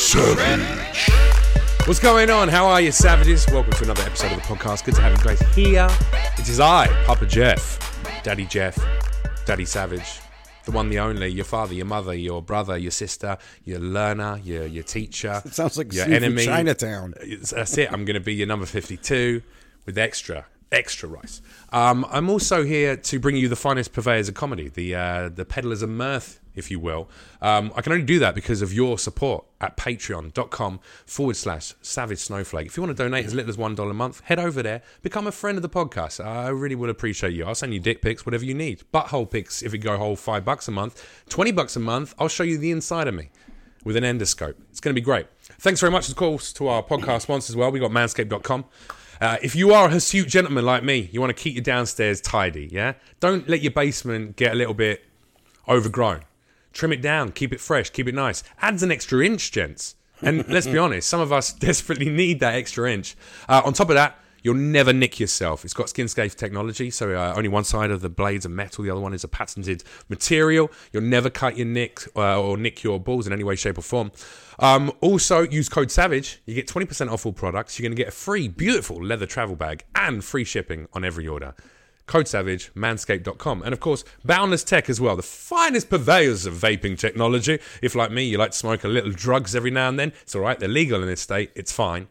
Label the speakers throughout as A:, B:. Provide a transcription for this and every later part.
A: Savage. What's going on? How are you, savages? Welcome to another episode of the podcast. Good to have you guys here. It is I, Papa Jeff, Daddy Jeff, Daddy Savage, the one, the only, your father, your mother, your brother, your sister, your learner, your your teacher.
B: It sounds like
A: your
B: Steve from
A: enemy.
B: Chinatown.
A: It's- That's it. I'm going to be your number 52 with extra extra rice. Um, I'm also here to bring you the finest purveyors of comedy, the uh, the peddlers of mirth, if you will. Um, I can only do that because of your support at patreon.com forward slash savage snowflake. If you want to donate as little as $1 a month, head over there, become a friend of the podcast. I really would appreciate you. I'll send you dick pics, whatever you need. Butthole pics, if you go whole five bucks a month, 20 bucks a month, I'll show you the inside of me with an endoscope. It's going to be great. Thanks very much, of course, to our podcast sponsors as well. we got manscaped.com. Uh, if you are a hirsute gentleman like me, you want to keep your downstairs tidy, yeah? Don't let your basement get a little bit overgrown. Trim it down, keep it fresh, keep it nice. Adds an extra inch, gents. And let's be honest, some of us desperately need that extra inch. Uh, on top of that, you'll never nick yourself. It's got skin safe technology, so uh, only one side of the blades are metal, the other one is a patented material. You'll never cut your nick uh, or nick your balls in any way, shape, or form. Um, also, use code SAVAGE. You get 20% off all products. You're going to get a free, beautiful leather travel bag and free shipping on every order. Code Savage, manscaped.com. And of course, Boundless Tech as well, the finest purveyors of vaping technology. If, like me, you like to smoke a little drugs every now and then, it's all right, they're legal in this state, it's fine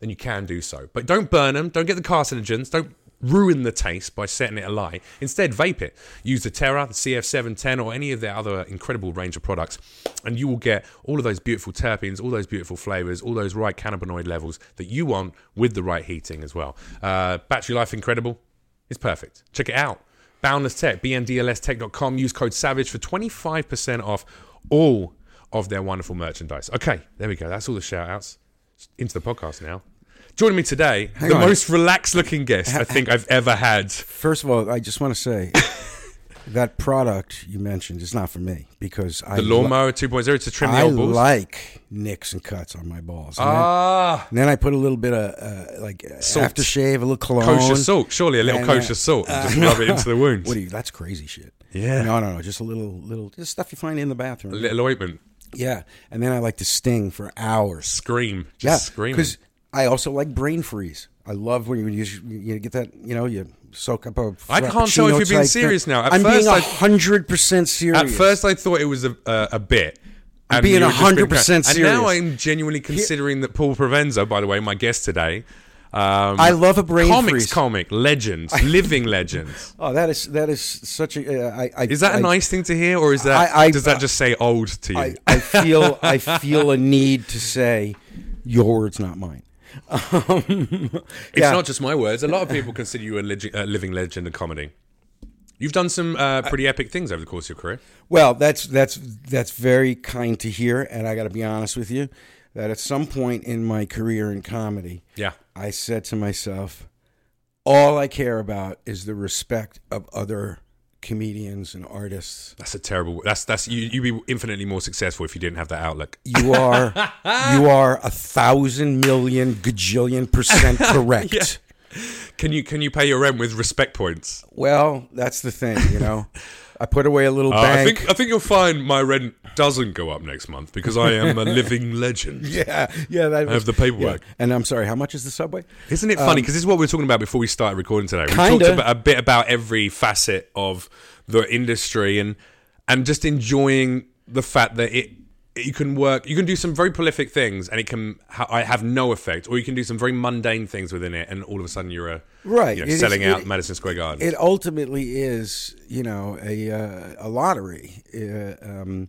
A: then you can do so. But don't burn them, don't get the carcinogens, don't ruin the taste by setting it alight. Instead, vape it. Use the Terra, the CF710, or any of their other incredible range of products, and you will get all of those beautiful terpenes, all those beautiful flavors, all those right cannabinoid levels that you want with the right heating as well. Uh, battery life incredible. It's perfect. Check it out. Boundless Tech, bndlstech.com. Use code SAVAGE for 25% off all of their wonderful merchandise. Okay, there we go. That's all the shout outs. Into the podcast now. Joining me today, the
B: on.
A: most relaxed looking guest I think I've ever had.
B: First of all, I just want to say that product you mentioned is not for me because I
A: The lawnmower 2.0 to trim the
B: I
A: old balls.
B: like nicks and cuts on my balls. And, then,
A: ah,
B: and then I put a little bit of uh, like uh,
A: Salt.
B: aftershave, a little cologne.
A: kosher salt. Surely a little
B: And, uh,
A: kosher salt. and just rub it into the wounds.
B: What are you? That's crazy shit.
A: Yeah.
B: No, no, no. Just a little, little, just stuff you find in the bathroom.
A: a little ointment.
B: yeah. And then I like to sting for hours.
A: Scream. Just
B: Yeah,
A: screaming.
B: Because I also like brain freeze. I love when you, you you get that you know you soak up a.
A: I can't tell if you're
B: frappuccino
A: being
B: type
A: serious
B: thing.
A: now. At
B: I'm
A: first I-
B: being hundred percent serious.
A: At first, I thought it was a, a, a bit. And
B: being
A: you were just
B: 100%
A: crap. And now
B: serious.
A: I'm genuinely considering that Paul Provenzo, by the way, my guest today. Um,
B: I love a brain
A: comics
B: freeze.
A: comic, legends, living legends.
B: oh, that is that is such a. Uh, I, I
A: Is that a
B: I-
A: nice thing to hear, or is that
B: I- I-
A: does that just say old to you?
B: I, I feel I feel a need to say your words, not mine. Um,
A: it's
B: yeah.
A: not just my words. A lot of people consider you a, legi- a living legend in comedy. You've done some uh, pretty epic things over the course of your career.
B: Well, that's that's that's very kind to hear, and I got to be honest with you, that at some point in my career in comedy,
A: Yeah.
B: I said to myself, all I care about is the respect of other comedians and artists.
A: That's a terrible. That's that's you. You'd be infinitely more successful if you didn't have that outlook.
B: You are you are a thousand million gajillion percent correct.
A: Can you can you pay your rent with respect points?
B: Well, that's the thing, you know. I put away a little
A: Uh, I
B: bank.
A: think I think you'll find my rent doesn't go up next month because I am a living legend.
B: yeah, yeah. That was, I
A: have the paperwork.
B: And I'm sorry. How much is the subway?
A: Isn't it funny? Because this is what we were talking about before we started recording today. We
B: Kinda.
A: talked about, a bit about every facet of the industry and and just enjoying the fact that it you can work, you can do some very prolific things, and it can ha- I have no effect, or you can do some very mundane things within it, and all of a sudden you're a
B: Right.
A: you know,
B: It is-
A: selling out
B: it-
A: Madison Square Garden.
B: It ultimately is, you know, a uh, a lottery. Uh, um,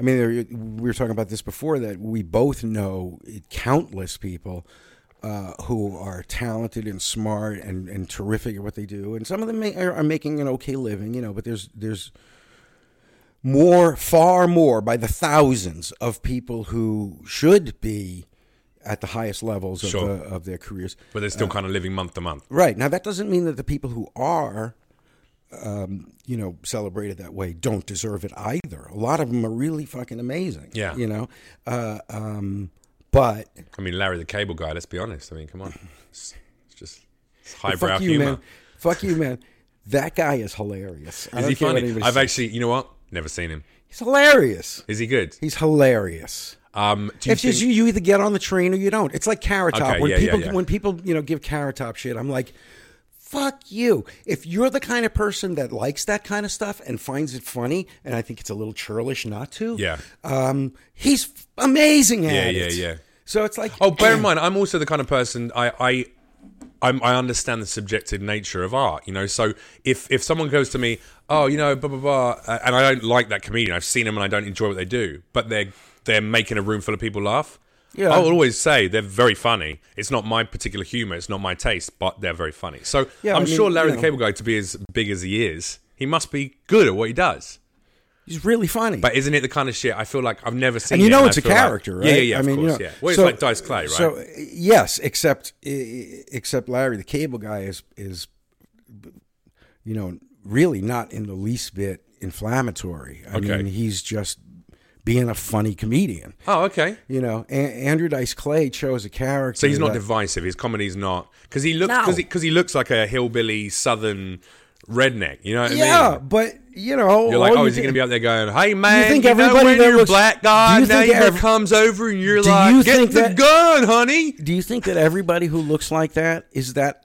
B: I mean, there, we were talking about this before that we both know countless people uh, who are talented and smart and, and terrific at what they do, and some of them may, are, are making an okay living, you know. But there's there's more, far more, by the thousands of people who should be at the highest levels of,
A: Sure.
B: the, of their careers.
A: but they're still kind of living month to month.
B: Right. Now, that doesn't mean that the people who are, um, you know, celebrated that way don't deserve it either. A lot of them are really fucking amazing.
A: Yeah.
B: You know? Uh, um, but
A: I mean, Larry the Cable Guy. Let's be honest. I mean, come on, it's, it's just it's
B: fuck
A: highbrow
B: you,
A: humor.
B: man. Fuck you, man. That guy is hilarious. I
A: Is
B: don't
A: he
B: care what
A: funny?
B: anybody
A: I've
B: says.
A: actually, you know what? Never seen him.
B: He's hilarious.
A: Is he good?
B: He's hilarious.
A: Um, do you
B: It's just
A: think-
B: you, you either get on the train or you don't. It's like Carrot Top.
A: Okay,
B: when
A: yeah, yeah,
B: people
A: yeah.
B: when people you know give Carrot Top shit, I'm like, fuck you. If you're the kind of person that likes that kind of stuff and finds it funny, and I think it's a little churlish not to.
A: Yeah.
B: Um, he's f- amazing at
A: yeah,
B: it.
A: yeah.
B: So it's like,
A: Oh, bear in mind, I'm also the kind of person I I I'm, I understand the subjective nature of art. You know, so if if someone goes to me, oh, you know, blah blah blah, uh, and I don't like that comedian, I've seen them and I don't enjoy what they do, but they're they're making a room full of people laugh.
B: Yeah.
A: I will always say they're very funny. It's not my particular humor, it's not my taste, but they're very funny. So
B: Yeah,
A: I'm
B: I mean,
A: sure Larry the
B: you know.
A: Cable Guy, to be as big as he is, he must be good at what he does.
B: he's really funny.
A: But isn't it the kind of shit I feel like I've never seen?
B: and you
A: it
B: know
A: I
B: it's a
A: feel like-
B: character, right?
A: Yeah, yeah, yeah.
B: I
A: of
B: mean,
A: course,
B: you know,
A: yeah. Well, it's
B: so-
A: like Dice Clay, right?
B: So yes, except except Larry the Cable Guy is is you know really not in the least bit inflammatory. I
A: Okay.
B: mean, he's just being a funny comedian.
A: oh, okay.
B: You know, a- Andrew Dice Clay chose a character.
A: So he's not
B: that-
A: divisive. His comedy's not because he looks
B: No.
A: because he, looks like a hillbilly southern redneck. You know what I
B: yeah,
A: mean?
B: but you know,
A: You're like,
B: all
A: oh,
B: you
A: is he
B: thi-
A: going to be out there going, "Hey man, you
B: think
A: know
B: everybody
A: when
B: that
A: your
B: looks-
A: black
B: do
A: guy
B: you think
A: neighbor
B: ev-
A: comes over and you're
B: Do
A: like,
B: you
A: get
B: think
A: the
B: that-
A: gun, honey"?
B: Do you think that everybody who looks like that is that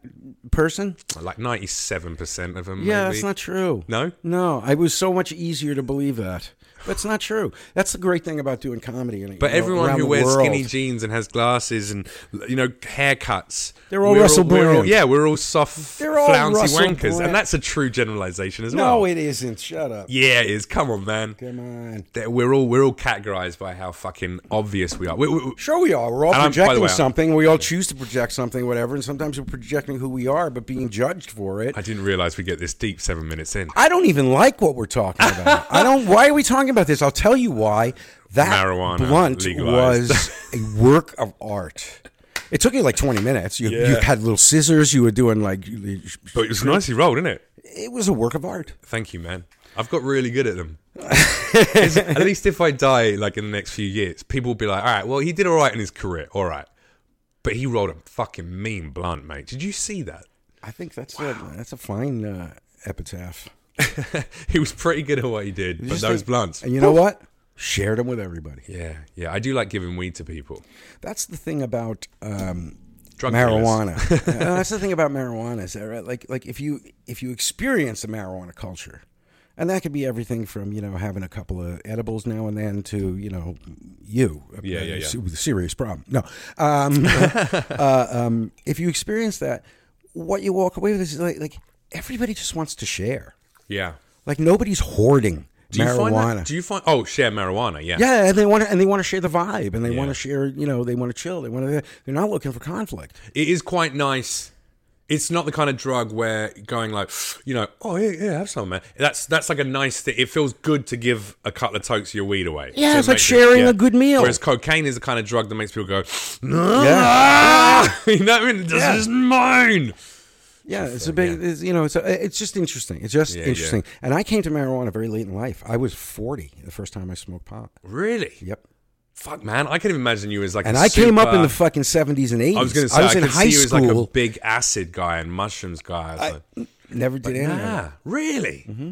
B: person?
A: Like ninety seven percent of them.
B: Yeah,
A: maybe.
B: that's not true.
A: No?
B: no, I was so much easier to believe that. That's not true. That's the great thing about doing comedy. And,
A: But
B: you know,
A: everyone
B: around
A: who
B: the
A: wears
B: world.
A: skinny jeans and has glasses and you know haircuts,
B: They're all
A: we're
B: Russell
A: we're all-
B: Brand.
A: yeah, we're all soft,
B: They're all
A: flouncy
B: Russell
A: wankers, and
B: Brand.
A: that's a true generalization as well.
B: No, it isn't. Shut up.
A: yeah, it is. Come on, man.
B: Come on.
A: that we're all we're all categorized by how fucking obvious we are. We, we, we-
B: Sure, we are. We're all
A: And I'm- by the
B: projecting
A: way, I-
B: something. We all choose to project something, whatever. And sometimes we're projecting who we are, but being judged for it.
A: I didn't realize we get this deep seven minutes in.
B: I don't even like what we're talking about. I don't. Why are we talking about this? I'll tell you why. That
A: Marijuana
B: blunt
A: legalized.
B: was a work of art. It took you like twenty minutes. You, you
A: Yeah.
B: had little scissors. You were doing like. you-
A: But it was nicely rolled, isn't it?
B: It was a work of art.
A: Thank you, man. I've got really good at them. Is- at least if I die like in the next few years, people will be like, "All right, well, he did all right in his career, all right." But he rolled a fucking mean blunt, mate. Did you see that?
B: I think that's a that's a fine uh, epitaph.
A: he was pretty good at what he did, but
B: Just
A: those
B: think-
A: blunts.
B: And you know what? Shared them with everybody.
A: Yeah, yeah. I do like giving weed to people.
B: That's the thing about um,
A: Drug
B: marijuana. Uh, that's the thing about marijuana is that right? like like if you if you experience the marijuana culture, and that could be everything from you know having a couple of edibles now and then to you know you
A: Yeah, yeah, yeah.
B: se- with a serious problem. No, um, uh, uh, um, if you experience that, what you walk away with is like like everybody just wants to share.
A: Yeah.
B: Like nobody's hoarding
A: Do you
B: marijuana.
A: find that? Do you find? Oh, share marijuana. Yeah.
B: Yeah, and they want to, and they want to share the vibe, and they want
A: Yeah.
B: to share, you know, they want to chill. They want to. They're not looking for conflict.
A: it is quite nice. It's not the kind of drug where going like, you know, oh yeah, yeah, have some, man. That's that's like a nice thing. It feels good to give a couple of totes of your weed away.
B: Yeah,
A: So
B: it's
A: it
B: like
A: makes
B: sharing a good meal.
A: Whereas cocaine is the kind of drug that makes people go,
B: Yeah.
A: ah! you know what I mean? This
B: Yeah.
A: is mine.
B: Yeah, it's a big, it's, you know, it's a, it's just interesting. It's just
A: Yeah,
B: interesting. And I came to marijuana very late in life. I was forty the first time I smoked pot.
A: Really?
B: Yep.
A: Fuck, man. I can not imagine you as like.
B: And
A: a
B: I came up in
A: super-
B: the fucking seventies and eighties.
A: I was going to say I,
B: I was in
A: could
B: high
A: see
B: school.
A: you as like a big acid guy and mushrooms guy. I was like,
B: never did any. Of it.
A: nah, really?
B: Mm-hmm.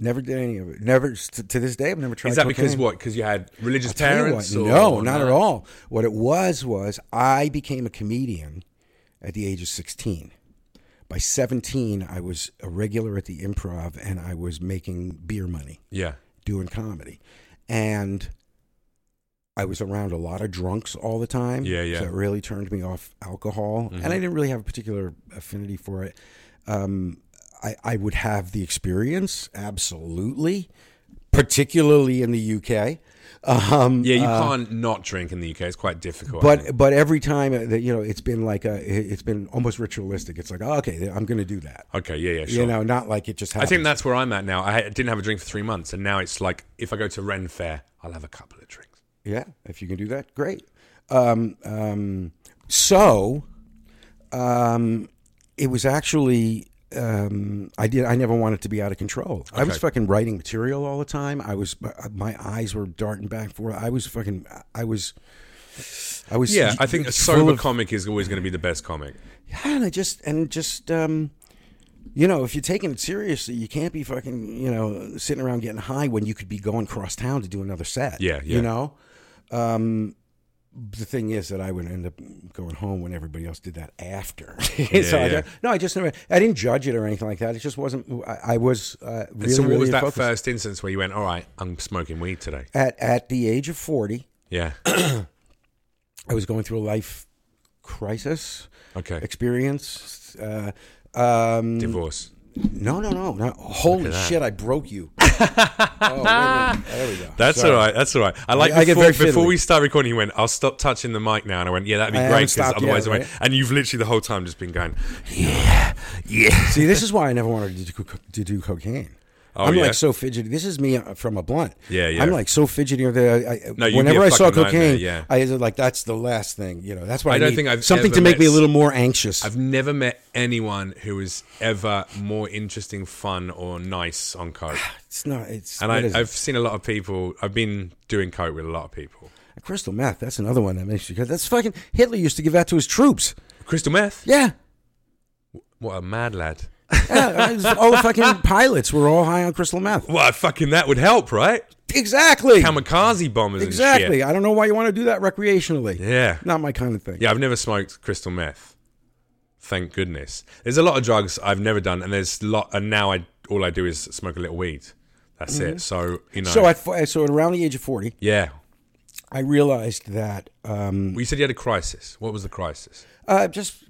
B: Never did any of it. Never to, to this day. I've never tried.
A: Is that because
B: cocaine.
A: what? Because you had religious
B: Tell you
A: parents?
B: what,
A: or-
B: no, not
A: no?
B: at all. What it was was I became a comedian at the age of 16. By 17, I was a regular at the improv and I was making beer money
A: Yeah.
B: doing comedy. And I was around a lot of drunks all the time.
A: Yeah, yeah. Mm-hmm.
B: So it really turned me off alcohol. And I didn't really have a particular affinity for it. Um, I, I would have the experience, absolutely, particularly in the UK. Um,
A: Yeah, you can't not drink in the UK. It's quite difficult. I think.
B: but but every time uh, that you know it's been like a it- it's been almost ritualistic. It's like oh, okay, I'm going to do that.
A: okay, yeah, yeah, sure.
B: You know, not like it just
A: I
B: happened.
A: think that's where I'm at now. I ha- didn't have a drink for three months, and now it's like if I go to Ren Fair, I'll have a couple of drinks.
B: yeah, if you can do that, great. Um, um, so, um, it was actually um, I did. I never wanted to be out of control. I was
A: Okay.
B: fucking writing material all the time. I was my, my eyes were darting back and forth. I was fucking. I was. I was.
A: Yeah, I think a
B: full
A: sober
B: of-
A: comic is always going to be the best comic.
B: and I just and just um, you know, if you're taking it seriously, you can't be fucking you know sitting around getting high when you could be going cross town to do another set.
A: Yeah, yeah.
B: You know, Um, the thing is that I would end up going home when everybody else did that after. so I
A: yeah.
B: don't, no, I just never. I didn't judge it or anything like that. It just wasn't. I, I was uh, really,
A: so what
B: really
A: was that
B: focused.
A: first instance where you went, all right, I'm smoking weed today?
B: At at the age of forty,
A: Yeah.
B: I was going through a life crisis
A: Okay.
B: experience. Uh, um,
A: Divorce.
B: no, no, no, no. Holy shit! I broke you. oh, wait a minute. There we go.
A: That's
B: Sorry.
A: all right. That's all right. I like
B: I get
A: before,
B: very
A: before we
B: fiddly.
A: start recording. You went, I'll stop touching the mic now, and I went, yeah, that'd be
B: I
A: great
B: haven't
A: because
B: stopped yet,
A: otherwise I went.
B: right?
A: And you've literally the whole time just been going, yeah, yeah.
B: See, this is why I never wanted to do, co- to do cocaine.
A: Oh,
B: I'm
A: yeah?
B: like so fidgety. This is me uh, from a blunt.
A: Yeah, yeah.
B: I'm like so fidgety. Or the, I, I-
A: No, you'd be
B: whenever
A: a
B: I saw
A: fucking nightmare,
B: cocaine,
A: yeah.
B: I was like, that's the last thing. You know, that's why I,
A: I don't
B: need.
A: think I've
B: something
A: ever
B: to make
A: met
B: me a
A: s-
B: little more anxious.
A: I've never met anyone who was ever more interesting, fun, or nice on coke.
B: it's not. It's
A: And
B: what is it?
A: I, I've seen a lot of people. I've been doing coke with a lot of people.
B: crystal meth. That's another one that makes you. That's fucking Hitler used to give that to his troops.
A: Crystal meth.
B: Yeah.
A: What a mad lad.
B: Yeah, it was- all the fucking pilots were all high on crystal meth.
A: Well, fucking that would help, right?
B: Exactly.
A: Kamikaze bombers. And
B: Exactly.
A: shit.
B: I don't know why you want to do that recreationally.
A: Yeah.
B: Not my kind of thing.
A: Yeah, I've never smoked crystal meth. Thank goodness. There's a lot of drugs I've never done, and there's lot. And now I all I do is smoke a little weed. That's it. So you know.
B: Mm-hmm. So at fo- so at around the age of forty,
A: yeah.
B: I realized that um,
A: Well, you said you had a crisis. What was the crisis?
B: uh, just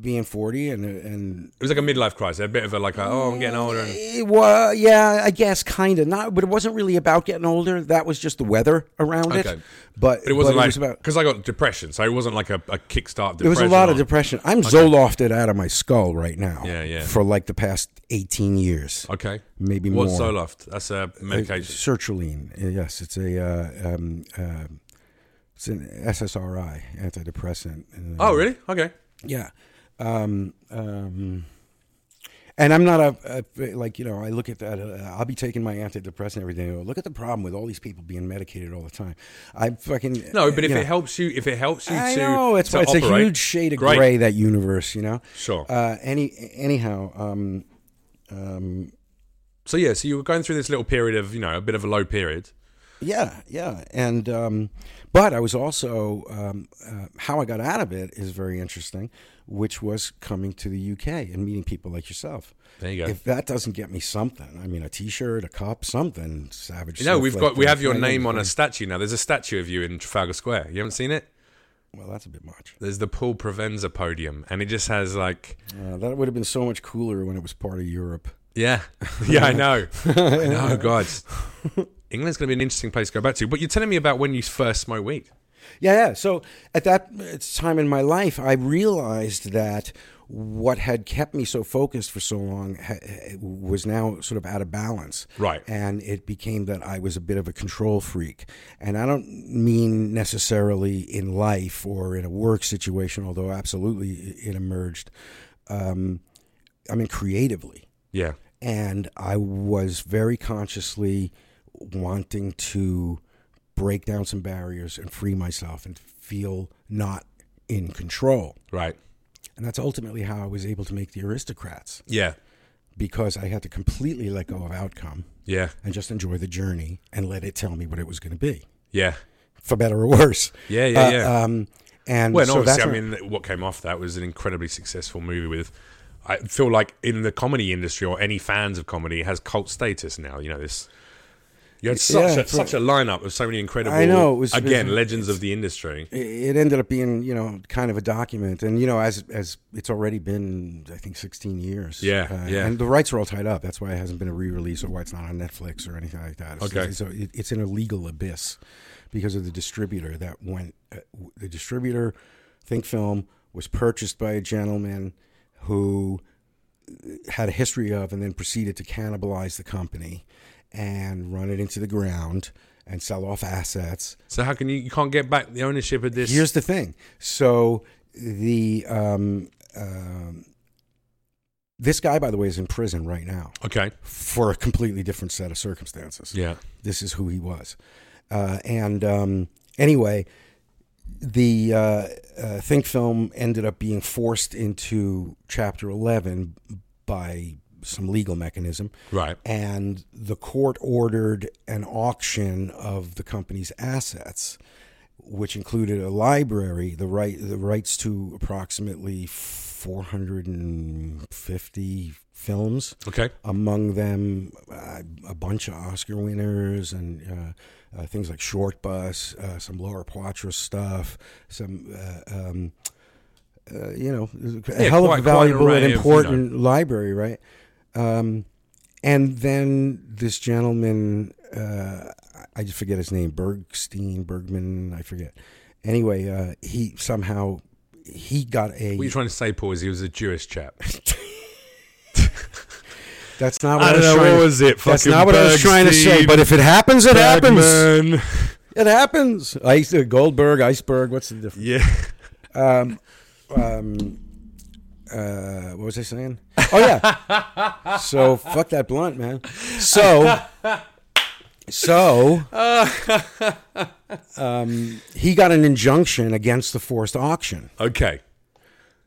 B: being forty and and
A: It was like a midlife crisis, a bit of a like, a, oh, I'm getting older. And,
B: it was yeah, I guess kind of not, but it wasn't really about getting older. That was just the weather around it.
A: Okay.
B: But,
A: but it wasn't
B: it
A: like
B: was about
A: because I got depression, so it wasn't like a, a kickstart.
B: There was a lot of
A: depression.
B: depression. I'm Zolofted out of my skull right now.
A: Yeah, yeah.
B: For like the past 18 years.
A: on- Okay.
B: Maybe
A: What's
B: more.
A: Zoloft? That's a medication.
B: Sertraline. Yes, it's a uh, um, uh, it's an SSRI antidepressant. And, uh,
A: Oh, really? Okay.
B: yeah. Um, um, and I'm not a, a like you know. I look at that. Uh, I'll be taking my antidepressant every day. Look at the problem with all these people being medicated all the time. I fucking
A: No, but
B: you
A: if
B: know.
A: it helps you, if it helps you
B: I
A: to,
B: know it's
A: to
B: it's a
A: operate,
B: huge shade of
A: great.
B: gray that universe, you know.
A: Sure.
B: Uh, any anyhow, um, um,
A: So yeah, so you were going through this little period of you know a bit of a low period.
B: yeah, yeah, and um, but I was also um, uh, how I got out of it is very interesting, which was coming to the UK and meeting people like yourself.
A: There you go.
B: If that doesn't get me something, I mean, a T-shirt, a cup, something savage.
A: You know, we've
B: Snowflake
A: got we
B: thing.
A: have your
B: Right,
A: name on a
B: right.
A: statue now. There's a statue of you in Trafalgar Square. You haven't seen it?
B: Well, that's a bit much.
A: There's the Paul Provenza podium, and it just has like,
B: Uh, that would have been so much cooler when it was part of Europe.
A: yeah, yeah, I know, I know, God, England's going to be an interesting place to go back to. But you're telling me about when you first smoked weed.
B: Yeah, yeah. So at that uh, time in my life, I realized that what had kept me so focused for so long ha- ha- was now sort of out of balance.
A: Right.
B: And it became that I was a bit of a control freak. And I don't mean necessarily in life or in a work situation, although absolutely i- it emerged. Um, I mean, creatively
A: Yeah,
B: and I was very consciously wanting to break down some barriers and free myself and feel not in control.
A: right.
B: And that's ultimately how I was able to make the aristocrats
A: Yeah,
B: because I had to completely let go of outcome
A: yeah,
B: and just enjoy the journey and let it tell me what it was going to be,
A: yeah,
B: for better or worse.
A: yeah, yeah,
B: Uh,
A: yeah.
B: um, and
A: Well, and
B: so
A: obviously,
B: that's
A: I
B: where-
A: mean, what came off that was an incredibly successful movie with. I feel like in the comedy industry or any fans of comedy it has cult status now. You know this. You had such
B: Yeah,
A: a, such a lineup of so many incredible.
B: I know, it was-
A: again legends of the industry.
B: it ended up being you know kind of a document and you know as as it's already been i think 16 years Uh,
A: Yeah, yeah.
B: and the rights are all tied up that's why it hasn't been a re-release or why it's not on netflix or anything like that It's-
A: Okay.
B: so it, it's in a legal abyss because of the distributor that went uh, w- the distributor think film was purchased by a gentleman who uh, had a history of and then proceeded to cannibalize the company and run it into the ground and sell off assets
A: So how can you you can't get back the ownership of this?
B: Here's the thing. So the um, um, this guy, by the way, is in prison right now
A: okay.
B: for a completely different set of circumstances.
A: Yeah.
B: This is who he was. Uh, and um, anyway, the uh, uh, Think Film ended up being forced into Chapter 11 by some legal mechanism.
A: Right.
B: And the court ordered an auction of the company's assets, which included a library, the right the rights to approximately 450 films
A: Okay.
B: among them uh, a bunch of Oscar winners and uh, uh, things like Short Bus, uh, some Laura Poitras stuff, some. Uh, um, uh, you know, a
A: Yeah,
B: hell
A: quite- quite an
B: of a valuable
A: array of,
B: and
A: you know.
B: important library, right? Um, and then this gentleman, uh, I just forget his name, Bergstein, Bergman, I forget. Anyway, uh, he somehow he got a.
A: What are you trying to say, Paul? Is he was a Jewish chap?
B: that's not what I, was trying to-
A: was it?
B: That's not what I was trying to say, but if it happens, it happens. It happens. Ice, uh, Goldberg, iceberg. What's the difference?
A: Yeah.
B: Um, um, uh, what was I saying? Oh yeah. so fuck that blunt, man. So, so, um, he got an injunction against the forced auction.
A: Okay.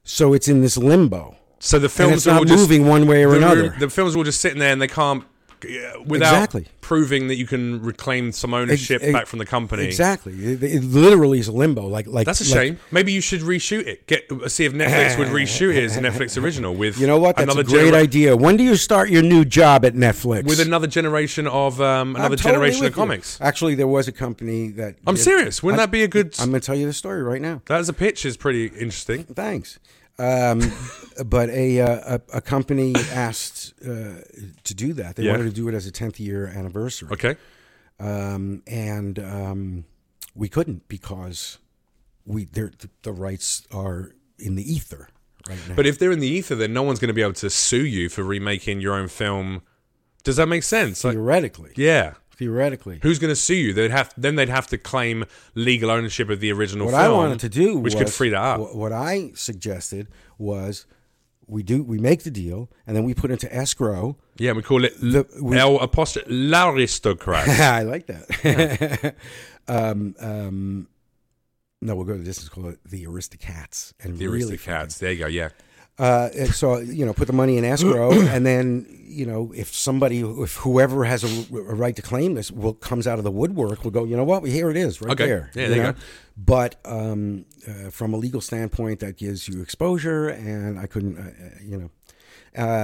B: So it's in this limbo,
A: So the
B: and
A: films
B: it's
A: are all
B: not
A: just
B: moving one way or
A: the,
B: another.
A: the films are all just sitting there and they can't uh, without
B: Exactly.
A: proving that you can reclaim some ownership
B: ex-
A: back from the company.
B: Exactly. It, it literally is a limbo. Like, like
A: That's a
B: like-
A: shame. Maybe you should reshoot it. Get see if Netflix would reshoot it as a Netflix original with
B: You know what? That's
A: another
B: a great
A: genera-
B: idea. When do you start your new job at Netflix?
A: with another generation of um,
B: I'm
A: another
B: totally
A: generation
B: with
A: of
B: you.
A: comics.
B: Actually, there was a company that
A: I'm
B: did-
A: serious. Wouldn't that be a good?
B: I'm going to tell you the story right now.
A: that as a pitch is pretty interesting.
B: Thanks. Um, but a, uh, a a company asked uh, to do that. They
A: Yeah.
B: wanted to do it as a 10th year anniversary,
A: Okay.
B: um, and um, we couldn't because we there the, the rights are in the ether right now.
A: But if they're in the ether, then no one's going to be able to sue you for remaking your own film. Does that make sense? Like,
B: theoretically,
A: yeah.
B: theoretically,
A: Who's going to sue you? They'd have then they'd have to claim legal ownership of the original
B: what
A: film.
B: I wanted to do,
A: which
B: was,
A: could free that up.
B: wh- What I suggested was we do we make the deal and then we put into escrow.
A: yeah, we call it
B: The- we-
A: L apostrophe l'aristocrat.
B: I like that. um, um, no, we'll go to this and call it the Aristocats and
A: The
B: really
A: aristocrats. There you go. Yeah.
B: uh, and so you know, put the money in escrow, and then you know, if somebody, if whoever has a, a right to claim this, will comes out of the woodwork, will go, you know what, here it is, right
A: Okay.
B: there.
A: Yeah, there you
B: know?
A: go.
B: But um, uh, from a legal standpoint, that gives you exposure, and I couldn't, uh, uh, you know,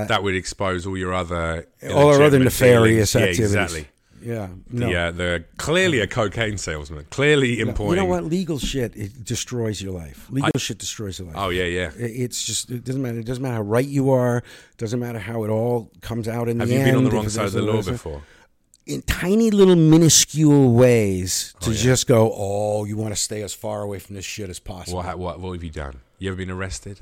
A: that would expose all your other
B: Uh, all our other
A: illegitimate
B: nefarious
A: dealings. Yeah,
B: activities.
A: exactly.
B: Yeah. No.
A: Yeah, the uh, clearly a cocaine salesman, clearly
B: You
A: importing.
B: know what? Legal shit it destroys your life. Legal shit destroys your life.
A: Oh yeah, yeah.
B: It- It's just it doesn't matter. It doesn't matter how right you are. It doesn't matter how it all comes out in
A: Have
B: the
A: you
B: end.
A: been on the
B: if
A: wrong
B: it's-
A: side of the law
B: it's-
A: before?
B: in tiny little minuscule ways to just go, oh, you want to stay as far away from this shit as possible.
A: What, ha- what what have you done? You ever been arrested?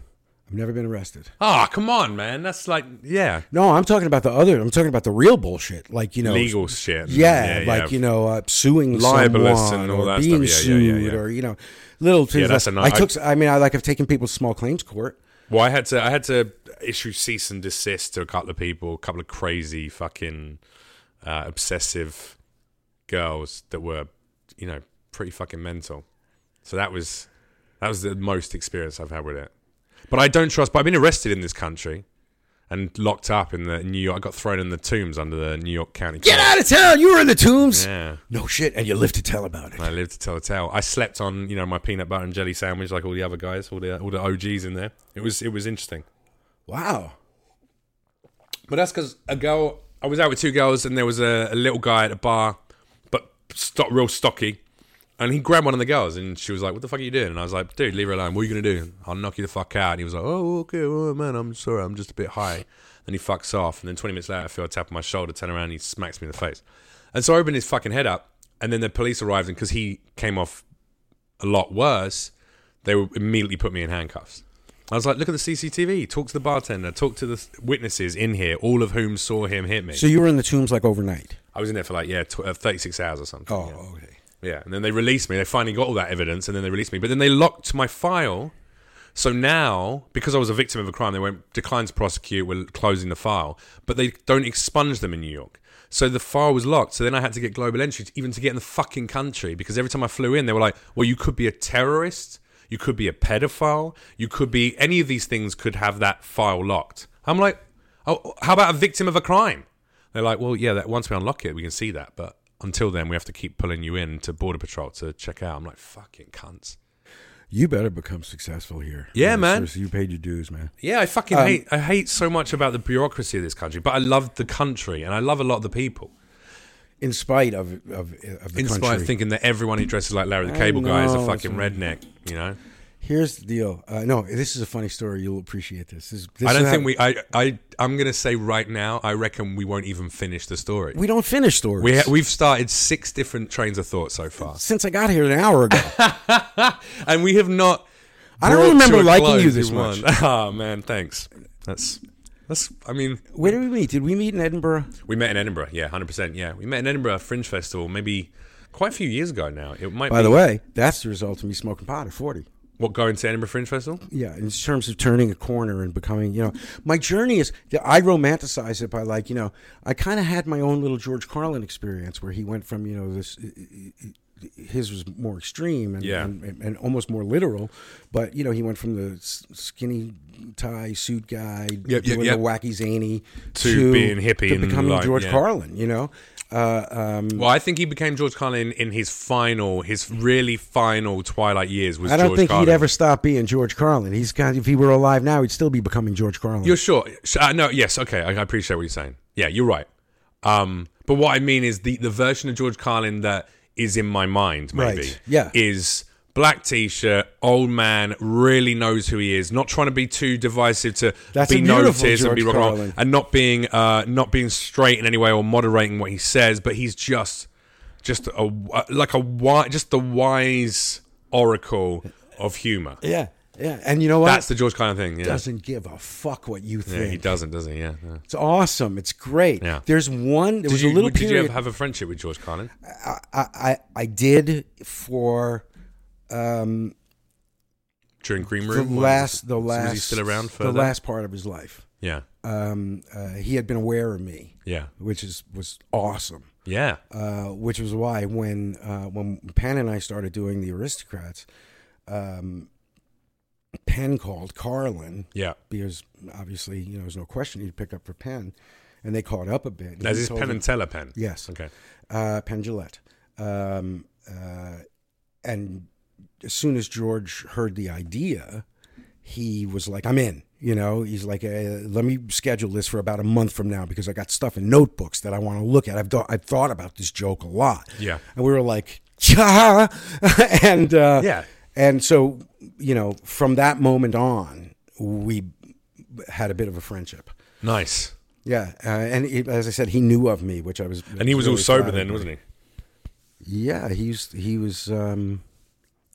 B: I've never been arrested.
A: Ah, come on, man. That's like yeah,
B: No, I'm talking about the other. I'm talking about the real bullshit, like you know,
A: legal shit.
B: Yeah, like you know, uh, suing
A: Libelous
B: someone
A: and all
B: or
A: that
B: being
A: stuff. Yeah, yeah,
B: sued,
A: yeah, yeah.
B: or you know, little things.
A: Yeah, that's
B: like,
A: a nice-
B: I took. I mean, I like I've taken people to small claims court.
A: Well, I had to I had to issue cease and desist to a couple of people, a couple of crazy fucking uh, obsessive girls that were, you know, pretty fucking mental. So that was that was the most experience I've had with it. But I don't trust. But I've been arrested in this country and locked up in the New York. I got thrown in the tombs under the New York County.
B: Get
A: Court.
B: out of town! You were in the tombs.
A: Yeah.
B: No shit, and you live to tell about it.
A: I lived to tell the tale. I slept on, you know, my peanut butter and jelly sandwich like all the other guys, all the all the OGs in there. It was it was interesting.
B: Wow.
A: But that's because a girl. I was out with two girls, and there was a, a little guy at a bar, but stock real stocky, and he grabbed one of the girls, and she was like, "What the fuck are you doing?" And I was like, "Dude, leave her alone. What are you gonna do? I'll knock you the fuck out." And he was like, "Oh, okay, oh man, I'm sorry, I'm just a bit high." Then he fucks off, and then 20 minutes later, I feel a tap on my shoulder, turn around, and he smacks me in the face, and so I opened his fucking head up, and then the police arrived, and because he came off a lot worse, they would immediately put me in handcuffs. I was like, look at the CCTV, talk to the bartender, talk to the s- witnesses in here, all of whom saw him hit me.
B: So you were in the tombs like overnight.
A: I was in there for like, yeah, tw- uh, 36 hours or something.
B: Oh, okay.
A: Yeah. And then they released me. They finally got all that evidence and then they released me. But then they locked my file. So now, because I was a victim of a crime, they went, declined to prosecute, we're closing the file. But they don't expunge them in New York. So the file was locked. So then I had to get global entry to, even to get in the fucking country because every time I flew in, they were like, well, you could be a terrorist. You could be a pedophile. You could be any of these things could have that file locked. I'm like, Oh, how about a victim of a crime? They're like, well, yeah, that once we unlock it, we can see that. But until then, we have to keep pulling you in to Border Patrol to check out. I'm like, fucking cunts.
B: You better become successful here.
A: Yeah, man.
B: seriously, You paid your dues, man.
A: Yeah, I fucking
B: Um,
A: hate. I hate so much about the bureaucracy of this country, but I love the country and I love a lot of the people.
B: In spite of of, of the
A: In
B: country.
A: spite of thinking that everyone who dresses like Larry the
B: I
A: Cable Guy is a
B: know,
A: fucking
B: it's-
A: redneck, you know.
B: Here's the deal. Uh, no, this is a funny story. You'll appreciate this. This, this
A: I don't
B: is
A: think
B: how-
A: we. I. I. I'm gonna say right now. I reckon we won't even finish the story.
B: we don't finish stories.
A: We ha- we've started six different trains of thought so far,
B: since I got here an hour ago.
A: and we have not.
B: I don't
A: brought to
B: remember
A: a
B: liking
A: close
B: you this
A: in
B: much.
A: one. Oh man, thanks. That's that's. I mean,
B: Where did we meet? Did we meet in Edinburgh?
A: we met in Edinburgh. Yeah, hundred percent. Yeah, we met in Edinburgh Fringe Festival. Maybe quite a few years ago now. It might.
B: By
A: be,
B: the way, that's the result of me smoking pot at forty.
A: what going to Edinburgh Fringe Festival?
B: Yeah, in terms of turning a corner and becoming, you know, my journey is. I romanticize it by like, you know, I kind of had my own little George Carlin experience where he went from, you know, this. His was more extreme and,
A: Yeah.
B: and, and almost more literal, but you know he went from the s- skinny tie suit guy
A: yep,
B: doing
A: yep.
B: the wacky zany
A: To being hippie
B: to
A: and
B: becoming
A: like,
B: George
A: yeah.
B: Carlin. You know, uh, um,
A: Well, I think he became George Carlin in his final, his really final Twilight years. Was
B: I don't
A: George
B: think
A: Carlin.
B: he'd ever stop being George Carlin. He's kind if he were alive now, he'd still be becoming George Carlin.
A: You're sure? Sh- Uh, no. Yes. Okay. I, I appreciate what you're saying. Yeah, you're right. Um, but what I mean is the the version of George Carlin that is in my mind, maybe.
B: Right, yeah.
A: Is black t-shirt, old man, really knows who he is, not trying to be too divisive to
B: That's
A: be
B: a beautiful
A: noticed and
B: George
A: be rock and roll,
B: Carlin.
A: and not being uh, not being straight in any way or moderating what he says, but he's just just a w- like a wise, just the wise oracle of humor.
B: yeah, yeah. And you know what?
A: That's the George Carlin thing. Yeah.
B: doesn't give a fuck what you
A: Yeah,
B: think.
A: he doesn't, does he? Yeah. yeah.
B: It's awesome. It's great.
A: Yeah.
B: There's one. There was
A: Did you,
B: a little
A: did you
B: period.
A: ever have a friendship with George Carlin?
B: I, I I did for um,
A: During Green
B: the
A: Room? Or was-
B: last the last
A: was he still around for
B: the
A: that?
B: last part of his life.
A: Yeah.
B: Um, uh, he had been aware of me,
A: Yeah.
B: which is was awesome.
A: Yeah.
B: uh, which was why when uh, when Penn and I started doing the Aristocrats, um, Penn called Carlin
A: Yeah.
B: because obviously you know there's no question he'd pick up for Penn, and they caught up a bit. And
A: That's
B: he
A: his
B: told
A: pen
B: him-
A: and teller pen.
B: yes,
A: Okay.
B: uh, Penn Gillette, um, uh, and as soon as George heard the idea, he was like, "I'm in." You know, he's like, uh, "Let me schedule this for about a month from now because I got stuff in notebooks that I want to look at. I've do- I've thought about this joke a lot."
A: Yeah.
B: and we were like, "Yeah," and uh,
A: Yeah.
B: and so you know, from that moment on, we had a bit of a friendship.
A: Nice.
B: Yeah, uh, and he, as I said, he knew of me, which I was.
A: And he was all
B: really
A: sober
B: flattered
A: then,
B: by.
A: wasn't he?
B: Yeah, he used he was. Um,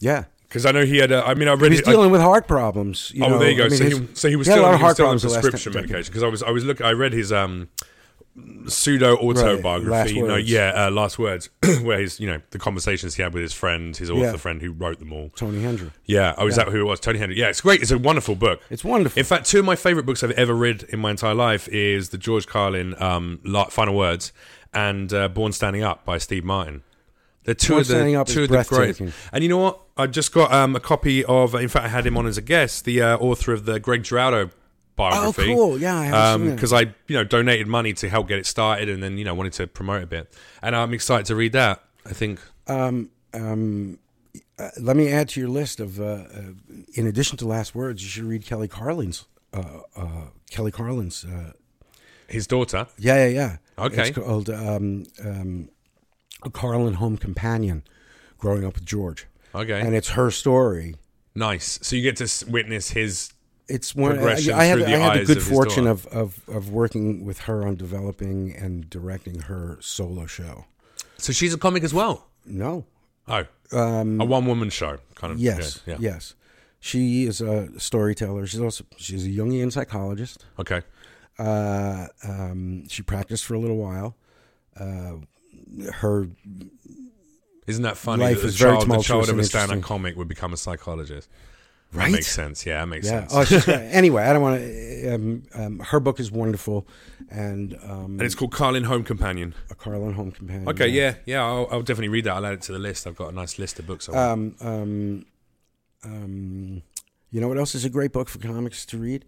B: yeah,
A: Because I know he had a. I mean, I read
B: he was
A: it. I-
B: dealing with heart problems. You
A: oh,
B: know?
A: there you go.
B: I mean,
A: so,
B: his-
A: he, so he was
B: had
A: still,
B: a lot
A: on-
B: of
A: he was
B: heart
A: still on
B: problems. The last
A: prescription
B: time-
A: medication. Because I was, I was looking. I read his um, pseudo autobiography.
B: Last
A: you know,
B: Words.
A: yeah, uh, last words, where his, you know, the conversations he had with his friend, his author
B: Yeah.
A: friend who wrote them all.
B: Tony Hendry.
A: Yeah, oh, is that who it was? Tony Henry. Yeah, it's great. It's a wonderful book.
B: It's wonderful.
A: In fact, two of my favorite books I've ever read in my entire life is the George Carlin um, La- Final Words and uh, Born Standing Up by Steve Martin. They're two
B: Born
A: of the
B: Standing Up is
A: two of the great.
B: breathtaking.
A: And you know what? I just got um, a copy of. In fact, I had him on as a guest, the uh, author of the Greg Giraldo biography.
B: Oh, cool. Yeah, I haven't seen that.
A: because I you know donated money to help get it started, and then you know wanted to promote it a bit, and I'm excited to read that. I think.
B: Um, um, uh, let me add to your list of, uh, uh, in addition to Last Words, you should read Kelly Carlin's. Uh, uh, Kelly Carlin's. Uh,
A: His daughter.
B: yeah, yeah, yeah.
A: Okay.
B: It's called um, um, a Carlin Home Companion, growing up with George,
A: Okay.
B: and it's her story.
A: Nice. So you get to s- witness his.
B: it's one I,
A: progression
B: I had,
A: through
B: I
A: the
B: had the
A: eyes
B: good
A: of his
B: fortune
A: daughter.
B: of, of, of working with her on developing and directing her solo show.
A: So she's a comic as well.
B: No.
A: Oh, um, a one-woman show kind of.
B: Yes.
A: Yeah. yeah.
B: Yes. She is a storyteller. She's also she's a Jungian psychologist.
A: Okay.
B: Uh, um, she practiced for a little while. Uh, her
A: Isn't that funny?
B: Life
A: that the
B: is very
A: child, the
B: tumultuous
A: child of
B: and
A: a stand-up
B: interesting.
A: comic would become a psychologist.
B: right.
A: That makes sense. Yeah, that makes
B: yeah.
A: sense.
B: Oh, she's, anyway, I don't want to. Um, um, her book is wonderful, and um,
A: and it's called Carlin Home Companion.
B: a Carlin Home Companion.
A: Okay, yeah, yeah, I'll, I'll definitely read that. I'll add it to the list. I've got a nice list of books. I want.
B: um, um, um, you know what else is a great book for comics to read?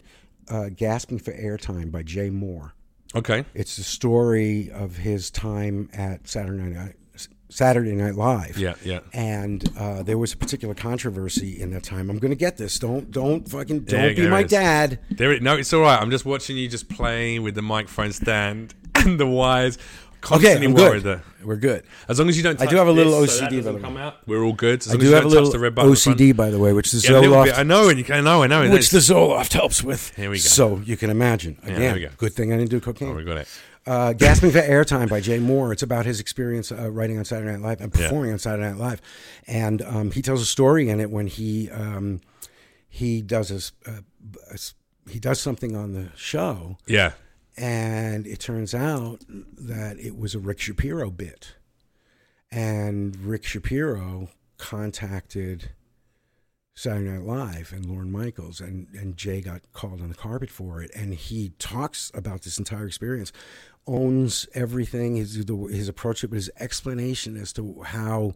B: uh, Gasping for Airtime by Jay Moore.
A: Okay.
B: It's the story of his time at Saturday Night Saturday Night Live.
A: Yeah, yeah.
B: And uh, there was a particular controversy in that time. I'm going to get this. Don't don't fucking don't
A: There-
B: be
A: there
B: my
A: it is.
B: dad.
A: There it, no, it's all right. I'm just watching you just playing with the microphone stand and the wires.
B: Okay,
A: Constantly
B: I'm
A: worried
B: good.
A: that
B: We're good.
A: as long as you don't.
B: I
A: touch
B: do have a little
A: this, so that
B: OCD, by
A: doesn't
B: the
A: come out. We're all good. As
B: I
A: long
B: do
A: as you
B: have a
A: don't
B: little
A: touch the red button. at the front.
B: OCD, by the way, which the
A: Yeah, a little bit.
B: Zoloft
A: I know, and you can. I know, I know.
B: which
A: Which
B: the Zoloft helps with. Here
A: we go.
B: So you can imagine. Again,
A: there we go.
B: good thing I didn't do cocaine.
A: we got it.
B: uh, Gasping for Airtime by Jay Moore. It's about his experience uh, writing on Saturday Night Live and performing on Saturday Night Live. And um, he tells a story in it when he um, he does his, uh, b- a s- he does something on the show,
A: Yeah.
B: and it turns out that it was a Rick Shapiro bit, and Rick Shapiro contacted Saturday Night Live and Lorne Michaels, and, and Jay got called on the carpet for it. And he talks about this entire experience, owns everything, his, the, his approach, to it, but his explanation as to how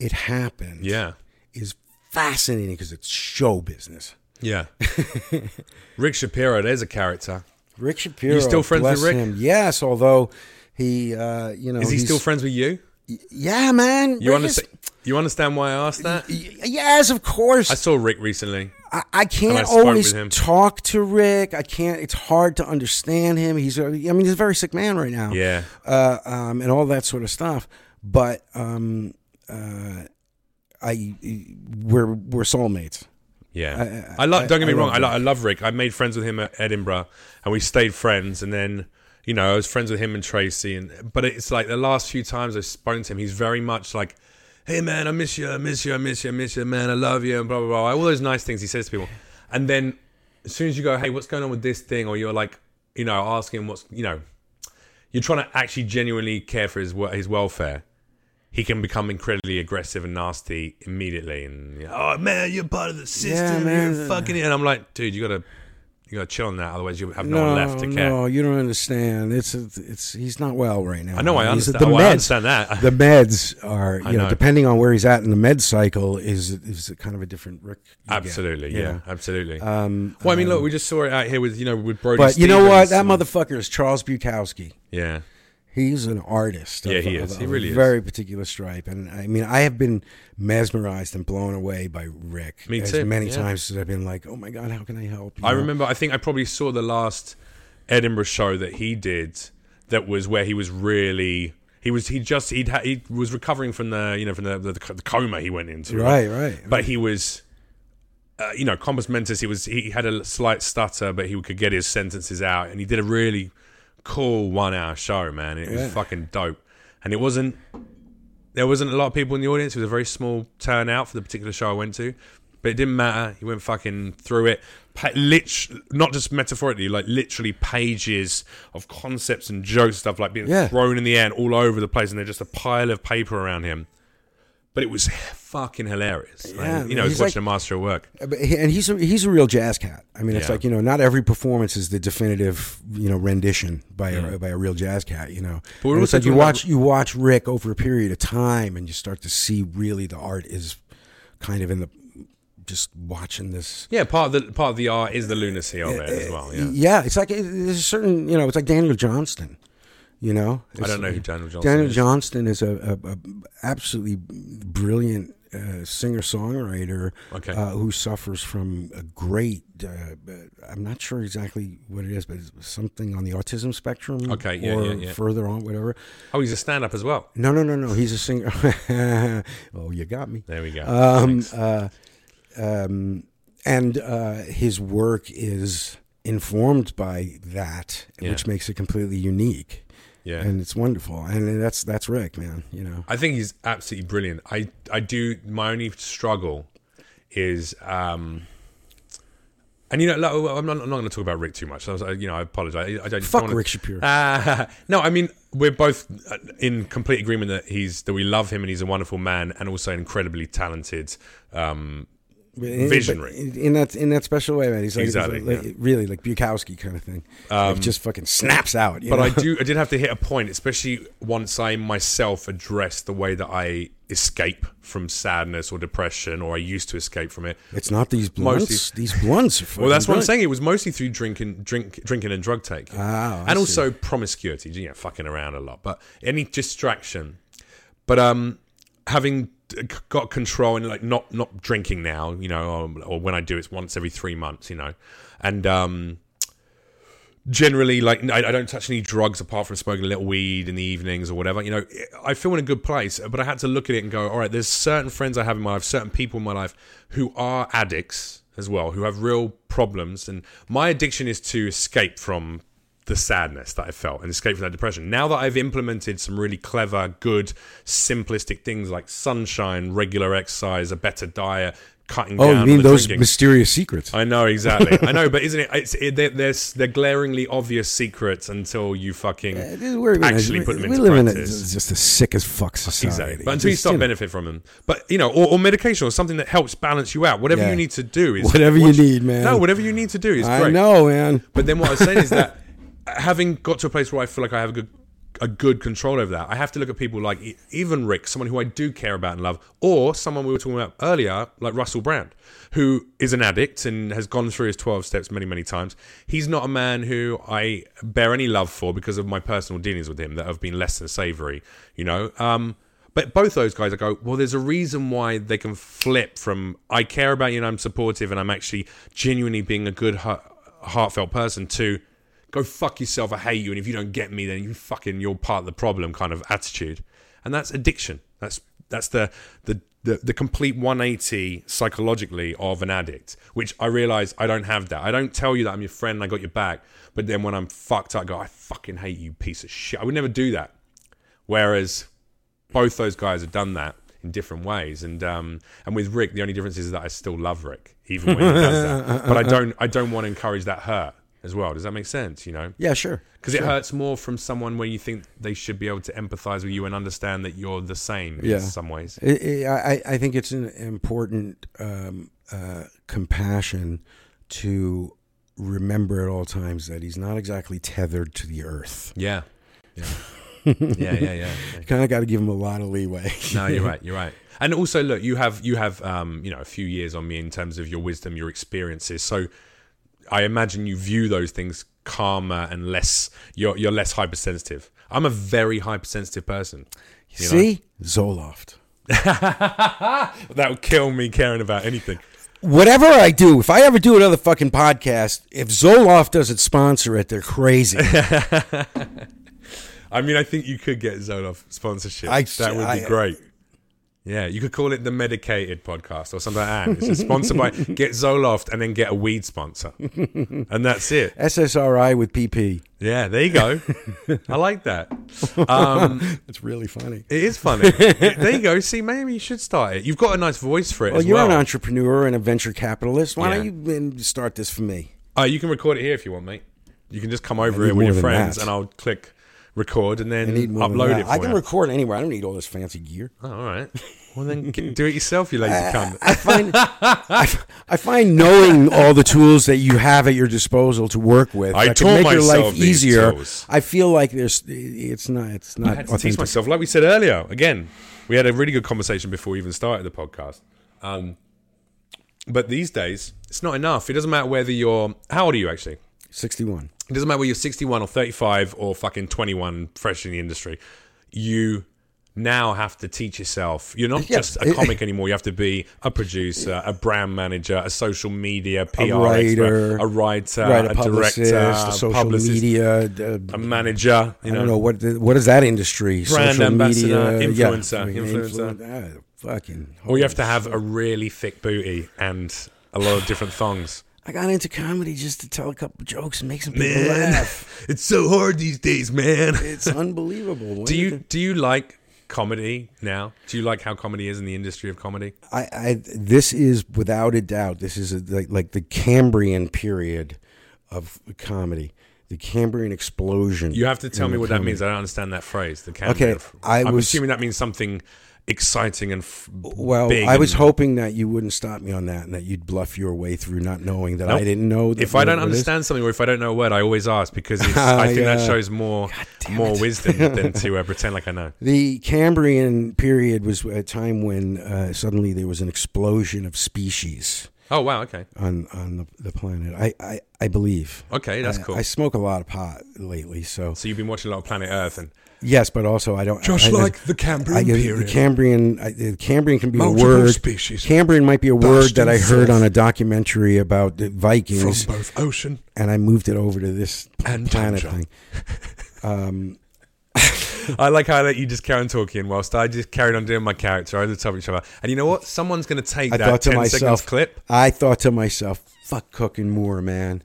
B: it happened
A: Yeah.
B: is fascinating because it's show business.
A: Yeah. Rick Shapiro, there's a character.
B: Rick Shapiro,
A: You still friends with
B: bless
A: Rick?
B: Him. Yes, although he, uh, you know,
A: Is he
B: he's-
A: still friends with you?
B: Yeah, man.
A: You
B: Rick
A: understand? You understand why I asked that?
B: Is, Y- yes, of course.
A: I saw Rick recently.
B: I, I
A: And I
B: can't
A: spoke
B: always
A: with him.
B: talk to Rick. I can't. It's hard to understand him. He's, a- I mean, he's a very sick man right now.
A: Yeah.
B: Uh, um, and all that sort of stuff. But um, uh, I, we're we're soulmates.
A: Yeah, I, love. Don't get me
B: I
A: wrong.
B: love
A: I, lo- I love Rick. I made friends with him at Edinburgh, and we stayed friends. And then, you know, I was friends with him and Tracy. And but it's like the last few times I've spoken to him, he's very much like, "Hey man, I miss you. I miss you. I miss you. I miss you, man. I love you." And blah blah blah. All those nice things he says to people. And then, as soon as you go, "Hey, what's going on with this thing?" or you're like, you know, asking what's, you know, you're trying to actually genuinely care for his wel- his welfare he can become incredibly aggressive and nasty immediately. And you know, oh man, you're part of the system.
B: man.
A: You're fucking. And I'm like, dude, you gotta, you gotta chill on that. Otherwise, you have no, one left to care.
B: no, you don't understand. It's a, it's he's not well right now.
A: I know. I
B: He's-
A: understand.
B: The
A: oh,
B: meds,
A: I understand that.
B: the meds are you know,
A: know.
B: depending on where he's at in the med cycle is is kind of a different Rick.
A: Uh,
B: you get.
A: absolutely. Yeah.
B: Yeah.
A: Absolutely. Um, well, I mean, look, we just saw it out here with you know with Brody.
B: But you know what?
A: Stevens
B: That
A: and-
B: motherfucker is Charles Bukowski.
A: Yeah.
B: He's an artist. of-
A: Yeah, he is.
B: of-
A: He
B: of
A: really
B: a
A: is.
B: Very particular stripe, and I mean, I have been mesmerized and blown away by Rick.
A: Me
B: as
A: too,
B: Many
A: yeah.
B: times as I've been like, "Oh my god, how can I help?" you
A: I
B: know?
A: remember. I think I probably saw the last Edinburgh show that he did. That was where he was really. He was. He just. He'd. Ha- he was recovering from the. You know, from the, the, the coma he went into.
B: Right, right.
A: But he was. Uh, you know, compass mentis. He was. He had a slight stutter, but he could get his sentences out, and he did a really cool one-hour show. Man, it was fucking dope, and it wasn't. There wasn't a lot of people in the audience. It was a very small turnout for the particular show I went to, but it didn't matter. He went fucking through it, pa- lit- not just metaphorically, like literally pages of concepts and jokes, stuff like being
B: Yeah.
A: thrown in the air and all over the place, and there's just a pile of paper around him. But it was fucking hilarious. Like,
B: Yeah,
A: you know, it's
B: he's like-
A: watching a master at work.
B: But he- and he's a, he's a real jazz cat. I mean, it's
A: Yeah.
B: like you know, not every performance is the definitive you know rendition by a, by a real jazz cat. You know,
A: But we're
B: And it's
A: also
B: like you
A: talking about-
B: watch you watch Rick over a period of time, and you start to see really the art is kind of in the just watching this.
A: Yeah, part of the part of the art is the lunacy of it as well. Yeah,
B: Yeah, it's like it, there's a certain you know, it's like Daniel Johnston. You know,
A: I don't know who Daniel Johnston
B: Daniel
A: is.
B: Johnston is a, a, a absolutely brilliant uh, singer songwriter
A: Okay.
B: uh, who suffers from a great. Uh, I'm not sure exactly what it is, but it's something on the autism spectrum.
A: Okay, yeah,
B: or
A: yeah, yeah.
B: further on, whatever.
A: oh, he's a stand-up as well.
B: No, no, no, no. He's a singer. oh, you got me.
A: There we go.
B: Um,
A: Thanks.
B: uh, um, and uh, his work is informed by that,
A: Yeah.
B: which makes it completely unique.
A: yeah,
B: And it's wonderful, and that's that's Rick, man. You know,
A: I think he's absolutely brilliant. I I do my only struggle is um and you know like, well, I'm not, I'm not going to talk about Rick too much. So I was, uh, you know I apologize. I, I don't
B: Fuck
A: don't wanna-
B: Rick Shapiro.
A: Ah, no, I mean we're both uh, in complete agreement that he's that we love him and he's a wonderful man and also incredibly talented um
B: But in-
A: Visionary.
B: but in that in that special way, man. He's like,
A: Exactly,
B: he's like-
A: yeah. Um,
B: really like Bukowski kind of thing. Like, just fucking snaps out. you
A: But I
B: know?
A: do. I did have to hit a point, especially once I myself addressed the way that I escape from sadness or depression, or I used to escape from it.
B: It's not these blunts.
A: Mostly-
B: These blunts. Are
A: Well, that's what
B: fucking
A: I'm
B: good.
A: saying. It was mostly through drinking, drink, drinking, and drug taking,
B: Ah, I
A: and also promiscuity, you know, fucking around a lot. But any distraction, but um, having uh, c- got control and like not not drinking now, you know, or, or when I do, it's once every three months, you know, and um, generally like I, I don't touch any drugs apart from smoking a little weed in the evenings or whatever you know i feel in a good place but i had to look at it and go all right there's certain friends i have in my life certain people in my life who are addicts as well who have real problems and my addiction is to escape from the sadness that i felt and escape from that depression now that i've implemented some really clever good simplistic things like sunshine regular exercise a better diet cutting
B: Oh,
A: down
B: you
A: on
B: mean
A: the
B: those
A: drinking.
B: mysterious secrets?
A: I know exactly. I know, but isn't it? It's it, they're, they're they're glaringly obvious secrets until you fucking actually put them
B: we
A: into
B: live in a,
A: practice.
B: just a sick as fuck society.
A: Exactly. But until you
B: Just,
A: start
B: know,
A: benefiting from them, but you know, or, or medication or something that helps balance you out. Whatever
B: Yeah.
A: you need to do is
B: Whatever you
A: what-
B: need, man.
A: No, whatever you need to do is
B: I
A: great.
B: know, man.
A: But then what I was saying is that having got to a place where I feel like I have a good a good control over that, I have to look at people like e- even Rick, someone who I do care about and love, or someone we were talking about earlier, like Russell Brand, who is an addict and has gone through his twelve steps many many times. He's not a man who I bear any love for because of my personal dealings with him that have been less than savoury, you know. Um, but both those guys, I go, well, there's a reason why they can flip from I care about you and I'm supportive and I'm actually genuinely being a good hu- heartfelt person to go fuck yourself, I hate you, and if you don't get me, then you fucking you're part of the problem kind of attitude. And that's addiction. That's that's the the the, the complete 180 psychologically of an addict, which I realize I don't have that. I don't tell you that I'm your friend and I got your back, but then when I'm fucked up, I go, I fucking hate you, piece of shit. I would never do that. Whereas both those guys have done that in different ways. And um, and with Rick, the only difference is that I still love Rick, even when he does that. But I don't I don't want to encourage that hurt as well. Does that make sense? You know,
B: Yeah, sure.
A: because it hurts more from someone where you think they should be able to empathize with you and understand that you're the same
B: Yeah.
A: in some ways.
B: I- I, I- I think it's an important um, uh, compassion to remember at all times that he's not exactly tethered to the earth.
A: Yeah. Yeah. yeah, yeah, yeah.
B: Kind of got to give him a lot of leeway.
A: No, you're right. You're right. And also, look, you have you have um, you know a few years on me in terms of your wisdom, your experiences. So I imagine you view those things calmer and less. You're you're less hypersensitive. I'm a very hypersensitive person. You know?
B: See, Zoloft.
A: that would kill me caring about anything.
B: Whatever I do, if I ever do another fucking podcast, if Zoloft doesn't sponsor it, they're crazy.
A: I mean, I think you could get Zoloft sponsorship.
B: I-
A: that would be
B: I-
A: great. Yeah, you could call it the Medicated Podcast or something like that. It's just sponsored by get Zoloft and then get a weed sponsor, and that's it.
B: SSRI with PP.
A: Yeah, there you go. I like that. Um,
B: It's really funny.
A: it is funny. There you go. See, maybe you should start it. You've got a nice voice for it
B: Well,
A: as
B: you're
A: well.
B: an entrepreneur and a venture capitalist. Why
A: Yeah.
B: don't you um, start this for me?
A: Uh, you can record it here if you want, mate. You can just come over
B: need
A: here with
B: more
A: your
B: than
A: friends,
B: that.
A: and I'll click record and then
B: I need more than
A: upload
B: that.
A: it for
B: I can
A: you.
B: record anywhere. I don't need all this fancy gear.
A: oh, all right. Well, then get, do it yourself, you lazy cunt.
B: I find I, f- I find knowing all the tools that you have at your disposal to work with
A: I
B: that
A: taught
B: can make your
A: myself
B: life
A: these
B: easier.
A: tools.
B: I feel like there's it's not it's not
A: I had to teach
B: authentic.
A: myself, like we said earlier. Again, we had a really good conversation before we even started the podcast. Um, but these days, it's not enough. It doesn't matter whether you're. How old are you actually?
B: 61.
A: It doesn't matter whether you're 61 or 35 or fucking 21, fresh in the industry. You now have to teach yourself. You're not
B: Yeah.
A: just a comic anymore. You have to be a producer, a brand manager, a social media PR
B: writer.
A: expert, a writer,
B: right,
A: a,
B: a, publicist,
A: director,
B: a social
A: publicist,
B: media, uh,
A: a manager. You
B: I don't
A: know,
B: know what the, what is that industry?
A: Brand
B: social
A: ambassador,
B: media,
A: influencer,
B: I mean,
A: influencer.
B: influen- ah, fucking.
A: or you have to have a really thick booty and a lot of different thongs.
B: I got into comedy just to tell a couple jokes and make some people
A: Man,
B: laugh.
A: it's so hard these days, man.
B: It's unbelievable. When
A: Do you do you like comedy now? Do you like how comedy is in the industry of comedy?
B: I, I this is without a doubt this is a, like, like the Cambrian period of comedy, the Cambrian explosion.
A: You have to tell
B: in
A: me
B: the
A: what that
B: comedy.
A: means. I don't understand that phrase. The Cambrian.
B: Mm, Okay, I
A: am
B: was- Oh,
A: assuming that means something exciting and f-
B: Well,
A: big
B: I was
A: and-
B: hoping that you wouldn't stop me on that and that you'd bluff your way through not knowing that
A: Nope.
B: I didn't know. That
A: if I don't
B: what it is.
A: understand something or if I don't know a word, I always ask because it's, I think that
B: Yeah.
A: shows more more wisdom than to uh, pretend like I know.
B: The Cambrian period was a time when uh, suddenly there was an explosion of species
A: Oh wow, okay,
B: on on the, the planet. I, I, I believe.
A: okay, that's
B: I-
A: cool.
B: Uh, I smoke a lot of pot lately, so
A: so you've been watching a lot of Planet Earth and
B: yes, but also I don't. I,
A: the Cambrian
B: I, get- the Cambrian, I, the Cambrian can be
A: Multiple
B: a word.
A: species.
B: Cambrian might be a word
A: Bursting
B: that I heard
A: forth.
B: on a documentary about the Vikings,
A: both ocean
B: and I moved it over to this
A: and
B: planet thing.
A: I like how that you just carry on talking whilst I just carried on doing my character over the top of each other. And you know what? Someone's going to take
B: I
A: that
B: thought to
A: 10 seconds
B: myself,
A: clip.
B: I thought to myself, fuck cooking Moore, man.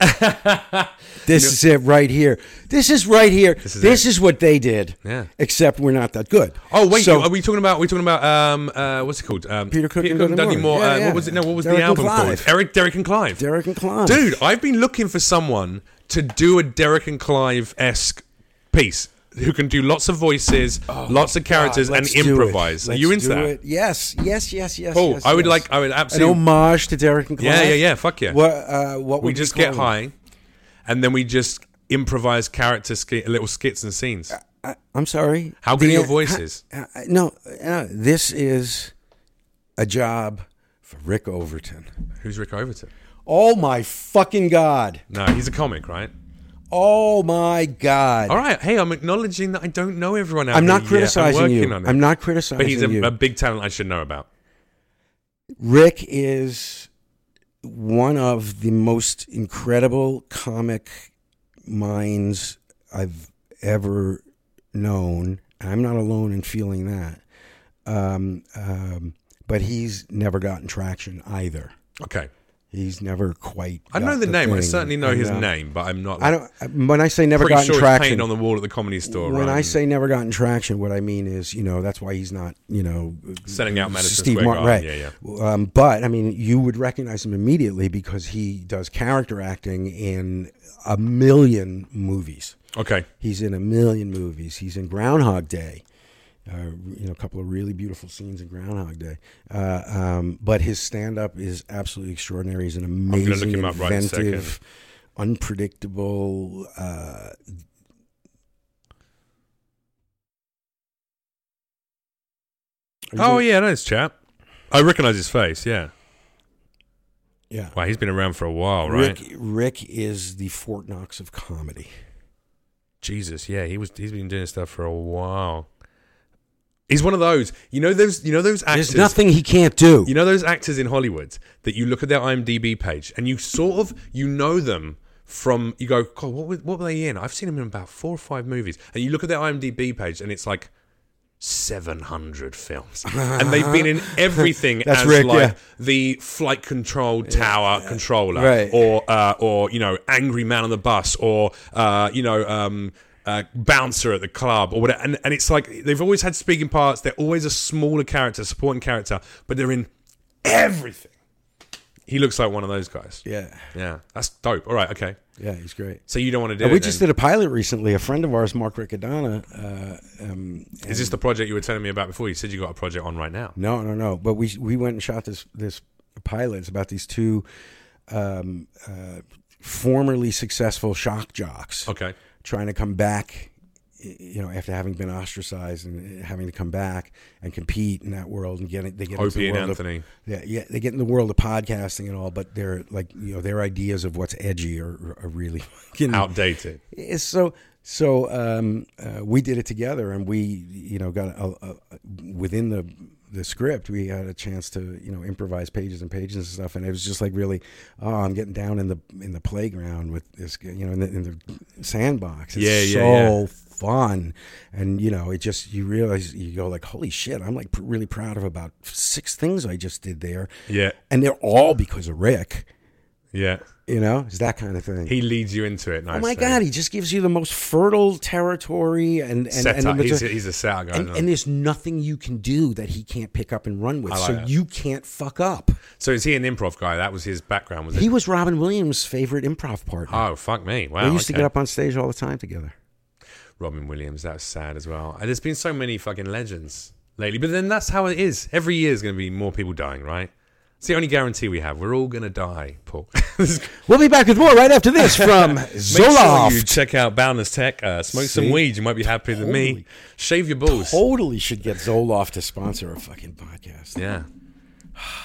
B: this is it right here. This is right here. This
A: is
B: is, what they did.
A: Yeah.
B: Except we're not that good.
A: Oh wait,
B: So,
A: are we talking about? Are we talking about um uh what's it called? Um,
B: Peter Cook and Dudley
A: Dudley
B: Moore.
A: uh,
B: Yeah,
A: What
B: yeah.
A: was it? No, what was
B: Derek
A: the
B: and
A: album called?
B: Clive.
A: Eric, Derek and Clive.
B: Derek and Clive.
A: Dude, I've been looking for someone to do a Derek and Clive esque piece who can do lots of voices, lots of characters,
B: Oh God,
A: and
B: let's do it.
A: improvise. Are
B: Let's
A: you into
B: do
A: that?
B: it. Yes, yes, yes, yes.
A: Cool.
B: yes,
A: I would
B: yes.
A: like. I would
B: an
A: absolutely.
B: homage to Derek and Clive.
A: Yeah, yeah, yeah. Fuck yeah.
B: What? Uh, what?
A: we
B: would
A: just
B: call
A: get
B: it?
A: high, and then we just improvise character sk- little skits and scenes.
B: I, I'm sorry.
A: How good
B: The-
A: are your voices?
B: Uh, uh, no, uh, this is a job for Rick Overton.
A: Who's Rick Overton?
B: Oh my fucking god.
A: No, he's a comic, right?
B: Oh my god.
A: All right. Hey, I'm acknowledging that I don't know everyone. Out
B: I'm
A: here
B: not
A: yet.
B: criticizing
A: I'm
B: you.
A: working on it.
B: I'm not criticizing
A: But he's
B: you.
A: a, a big talent I should know about.
B: Rick is one of the most incredible comic minds I've ever known. I'm not alone in feeling that. Um, um, but he's never gotten traction either.
A: Okay.
B: He's never quite.
A: I know
B: got
A: the, name. I
B: thing.
A: certainly know
B: And,
A: his
B: uh,
A: name, but I'm not.
B: I don't. When I say never
A: pretty
B: gotten
A: sure it's
B: traction,
A: painted on the wall at the comedy store.
B: when
A: right?
B: I say never gotten traction, what I mean is, you know, that's why he's not, you know,
A: Selling out Madison
B: Steve
A: Square
B: Martin,
A: Garden.
B: right?
A: Yeah,
B: Um, but I mean, you would recognize him immediately because he does character acting in a million movies.
A: okay.
B: He's in a million movies. He's in Groundhog Day. Uh, you know, a couple of really beautiful scenes in Groundhog Day. Uh, um, but his stand-up is absolutely extraordinary. He's an
A: look
B: amazing,
A: him up right in a second.
B: inventive, unpredictable. Uh,
A: Oh yeah, nice chap. I recognize his face. Yeah.
B: yeah.
A: Wow, he's been around for a while, right?
B: Rick, Rick is the Fort Knox of comedy.
A: Jesus, yeah, he was. He's been doing stuff for a while. He's one of those. You know those. You know those actors.
B: There's nothing he can't do.
A: You know those actors in Hollywood that you look at their IMDb page and you sort of you know them from you go, God, what were, what were they in? I've seen them in about four or five movies, and you look at their IMDb page and it's like. 700 films and they've been in everything
B: That's
A: as
B: Rick,
A: like
B: yeah.
A: the flight control tower controller
B: Right.
A: or uh, or you know angry man on the bus or uh, you know um, uh, bouncer at the club or whatever and, and it's like they've always had speaking parts they're always a smaller character supporting character but they're in everything he looks like one of those guys
B: yeah,
A: yeah that's dope all right okay
B: yeah, he's great.
A: so you don't want to do
B: And
A: it
B: we just
A: then.
B: did a pilot recently. A friend of ours, Mark Riccadonna. Uh, um,
A: is this the project you were telling me about before you said you got a project on right now
B: no, no, no. But we we went and shot this this pilot. It's about these two um, uh, formerly successful shock jocks
A: okay
B: trying to come back. y- You know, after having been ostracized and uh, having to come back and compete in that world and getting they get into
A: Opie
B: the
A: and
B: world of-
A: Anthony
B: Yeah, yeah, they get in the world of podcasting and all, but they're like, you know, their ideas of what's edgy are, are really fucking
A: outdated
B: It's So, so um, uh, we did it together, and we, you know, got a, a, within the the script, we had a chance to, you know, improvise pages and pages and stuff, and it was just like really, oh, I'm getting down in the in the playground with this, you know, in the, in the sandbox. It's
A: Yeah,
B: so
A: yeah,
B: fun and you know it just you realize you go like holy shit i'm like pr- really proud of about six things i just did there
A: yeah
B: and they're all because of rick
A: yeah
B: you know it's that kind of thing
A: he leads you into it nicely.
B: oh my god he just gives you the most fertile territory and and,
A: Set
B: and,
A: up.
B: the
A: he's,
B: mater-
A: he's a set guy.
B: and,
A: no?
B: and there's nothing you can do that he can't pick up and run with
A: like
B: so
A: that.
B: you can't fuck up
A: so is he an improv guy? That was his background, was it?
B: he was robin williams favorite improv partner
A: oh fuck me! Wow.
B: we used to
A: okay.
B: get up on stage all the time together
A: Uh, Robin Williams. That's sad as well. And there's been so many fucking legends. lately. But then that's how it is. Every year is going to be more people dying, right? It's the only guarantee we have. We're all going to die, Paul.
B: We'll be back with more right after this from
A: Make sure
B: Zoloft.
A: you check out Boundless Tech. Uh, smoke some
B: See?
A: weed. You might be happier than me.
B: Holy-
A: Shave your balls.
B: totally should get Zoloft to sponsor a fucking podcast.
A: Yeah.
B: I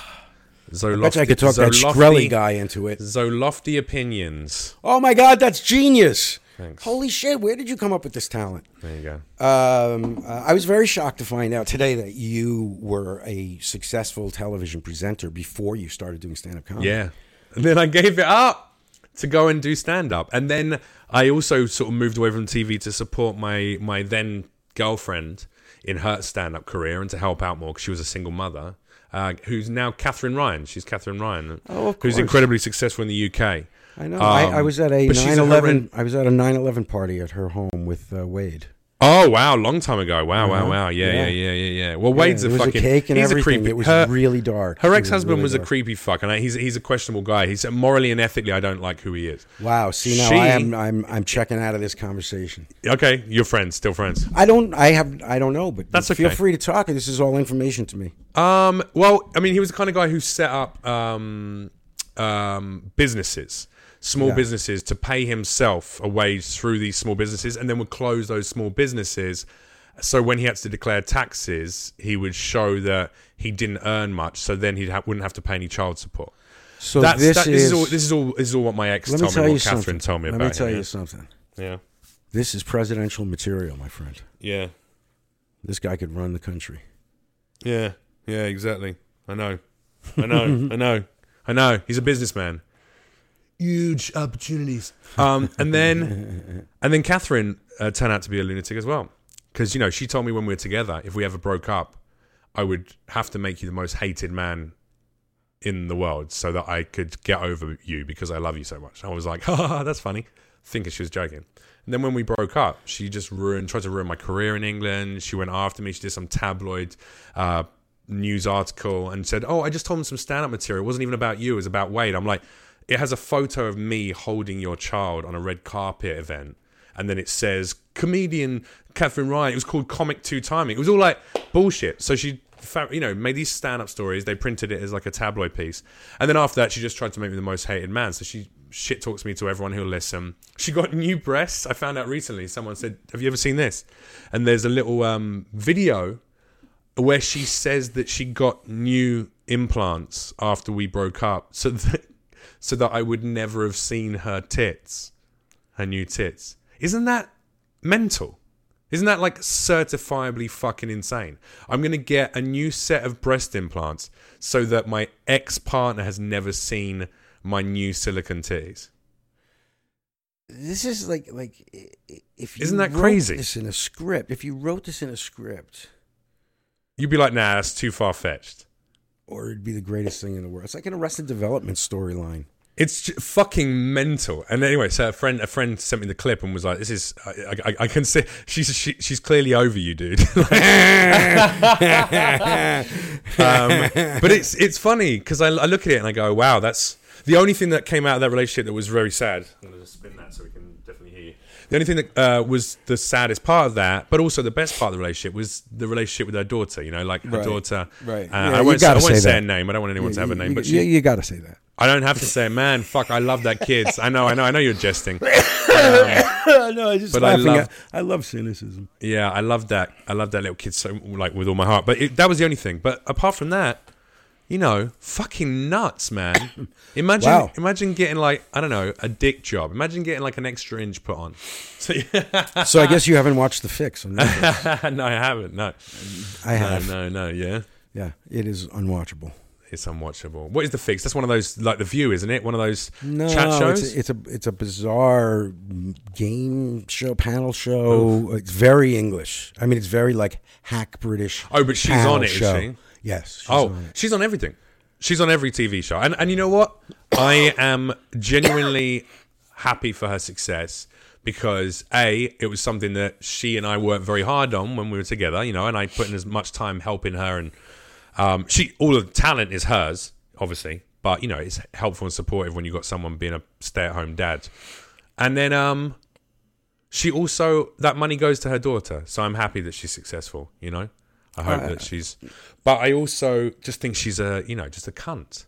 A: Zolofty,
B: bet you I could talk that
A: Zolofty-
B: Shkreli guy into it.
A: Zolofty opinions.
B: Oh my God, that's genius!
A: Thanks.
B: Holy shit, where did you come up with this talent?
A: There you go.
B: Um, uh, I was very shocked to find out today that you were a successful television presenter before you started doing stand up comedy.
A: Yeah. And then I gave it up to go and do stand up. And then I also sort of moved away from TV to support my my then girlfriend in her stand up career and to help out more because she was a single mother. Uh, who's now Catherine Ryan? She's Catherine Ryan,
B: Oh, of
A: who's
B: course.
A: incredibly successful in the UK.
B: I know. I,
A: Um,
B: I was at a
A: but she's a
B: 9/11.
A: horrend-
B: I was at a 9/11 party at her home with uh, Wade.
A: Oh wow, long time ago. Wow, wow,
B: Uh-huh.
A: wow. Yeah, yeah,
B: Yeah.
A: yeah, yeah, yeah. Well, Wade's
B: Yeah,
A: a
B: there was
A: fucking.
B: a cake and
A: he's
B: everything.
A: a creepy.
B: It was
A: her,
B: really dark. It
A: Her
B: was
A: ex-husband
B: really
A: was, a
B: dark.
A: creepy fuck, and I, he's he's a questionable guy. He's morally and ethically, I don't like who he is.
B: Wow. See now
A: She-
B: I am I'm I'm checking out of this conversation.
A: Okay, you're friends, still friends.
B: I don't I have I don't know, but
A: That's
B: feel
A: okay.
B: free to talk. This is all information to me.
A: Um, well, I mean, he was the kind of guy who set up um, um, businesses, small businesses, to pay himself a wage through these small businesses, and then would close those small businesses. So when he had to declare taxes, he would show that he didn't earn much. So then he ha- wouldn't have to pay any child support.
B: So
A: That's,
B: this,
A: that-
B: is,
A: all. This is all. This is all what my ex
B: let
A: told
B: me
A: me.
B: tell you
A: What
B: something.
A: Catherine told me
B: let
A: about.
B: me tell
A: it,
B: you something.
A: yeah.
B: This is presidential material, my friend.
A: yeah,
B: This guy could run the country.
A: yeah, yeah, yeah. Exactly. I know. I know. I know. I know. He's a businessman. Huge opportunities. Um, and then, and then Catherine uh, turned out to be a lunatic as well, because you know she told me when we were together, if we ever broke up, I would have to make you the most hated man in the world so that I could get over you because I love you so much. I was like, oh, that's funny. Thinking she was joking. And then when we broke up, she just ruined, tried to ruin my career in England. She went after me. She did some tabloid uh, news article and said, oh, I just told him some stand up material. It wasn't even about you, it was about Wade. I'm like, it has a photo of me holding your child on a red carpet event. And then it says, comedian Catherine Ryan. It was called Comic Two Timing. It was all like bullshit. So she fa- you know, made these stand-up stories. They printed it as like a tabloid piece, and then after that, she just tried to make me the most hated man. So she shit talks me to everyone who'll listen. She got new breasts. I found out recently. Someone said, "Have you ever seen this?" And there's a little um, video where she says that she got new implants after we broke up, so that so that I would never have seen her tits, her new tits. Isn't that mental? Isn't that like certifiably fucking insane? I'm gonna get a new set of breast implants so that my ex partner has never seen my new silicon titties.
B: This is like like i- i- if you
A: Isn't that
B: wrote
A: crazy?
B: This in a script. If you wrote this in a script,
A: You'd be like, nah, that's too far fetched.
B: or it'd be the greatest thing in the world. It's like an Arrested Development storyline.
A: It's j- fucking mental. And anyway, so a friend, a friend sent me the clip and was like, "This is, I, I, I can see she's she, she's clearly over you, dude." um, but it's it's funny because I, I look at it and I go, "Wow, that's the only thing that came out of that relationship that was very sad." I'm gonna just spin that so we can definitely hear you. The only thing that uh, was the saddest part of that, but also the best part of the relationship, was the relationship with her daughter. You know, like her
B: Right.
A: daughter.
B: Right.
A: Uh,
B: Yeah,
A: I
B: you
A: won't, say, I
B: gotta
A: won't say,
B: say
A: her
B: that.
A: name. I don't want anyone to have a name,
B: you,
A: but she.
B: you, you got to say that.
A: I don't have to say, man, fuck, I love that kids. I know, I know, I know you're jesting.
B: no, I just
A: But I laughing love- at-
B: I love cynicism.
A: Yeah, I love that. I love that little kid so like with all my heart. But it, that was the only thing. But apart from that, you know, fucking nuts, man. Imagine,
B: Wow.
A: imagine getting like I don't know a dick job. Imagine getting like an extra inch put on. So
B: So I guess you haven't watched The Fix. On Netflix.
A: no, I haven't. No,
B: I
A: no,
B: have.
A: no, no. Yeah,
B: Yeah, it is unwatchable.
A: it's unwatchable. What is the fix? That's one of those like the View, isn't it? One of those
B: No,
A: chat shows.
B: It's, a, it's a it's a bizarre game show, panel show. It's very English. I mean, it's very like hack British.
A: Oh, but she's
B: panel
A: on it, is
B: show.
A: she?
B: Yes. she's
A: Oh,
B: on it.
A: she's on everything. She's on every TV show. And and you know what? I am genuinely happy for her success because A, it was something that she and I worked very hard on when we were together, you know, and I put in as much time helping her and um, she all of the talent is hers, obviously, but you know, it's helpful and supportive when you've got someone being a stay at home dad. And then um she also that money goes to her daughter, so I'm happy that she's successful, you know? I hope that she's. But I also just think she's a you know just a cunt,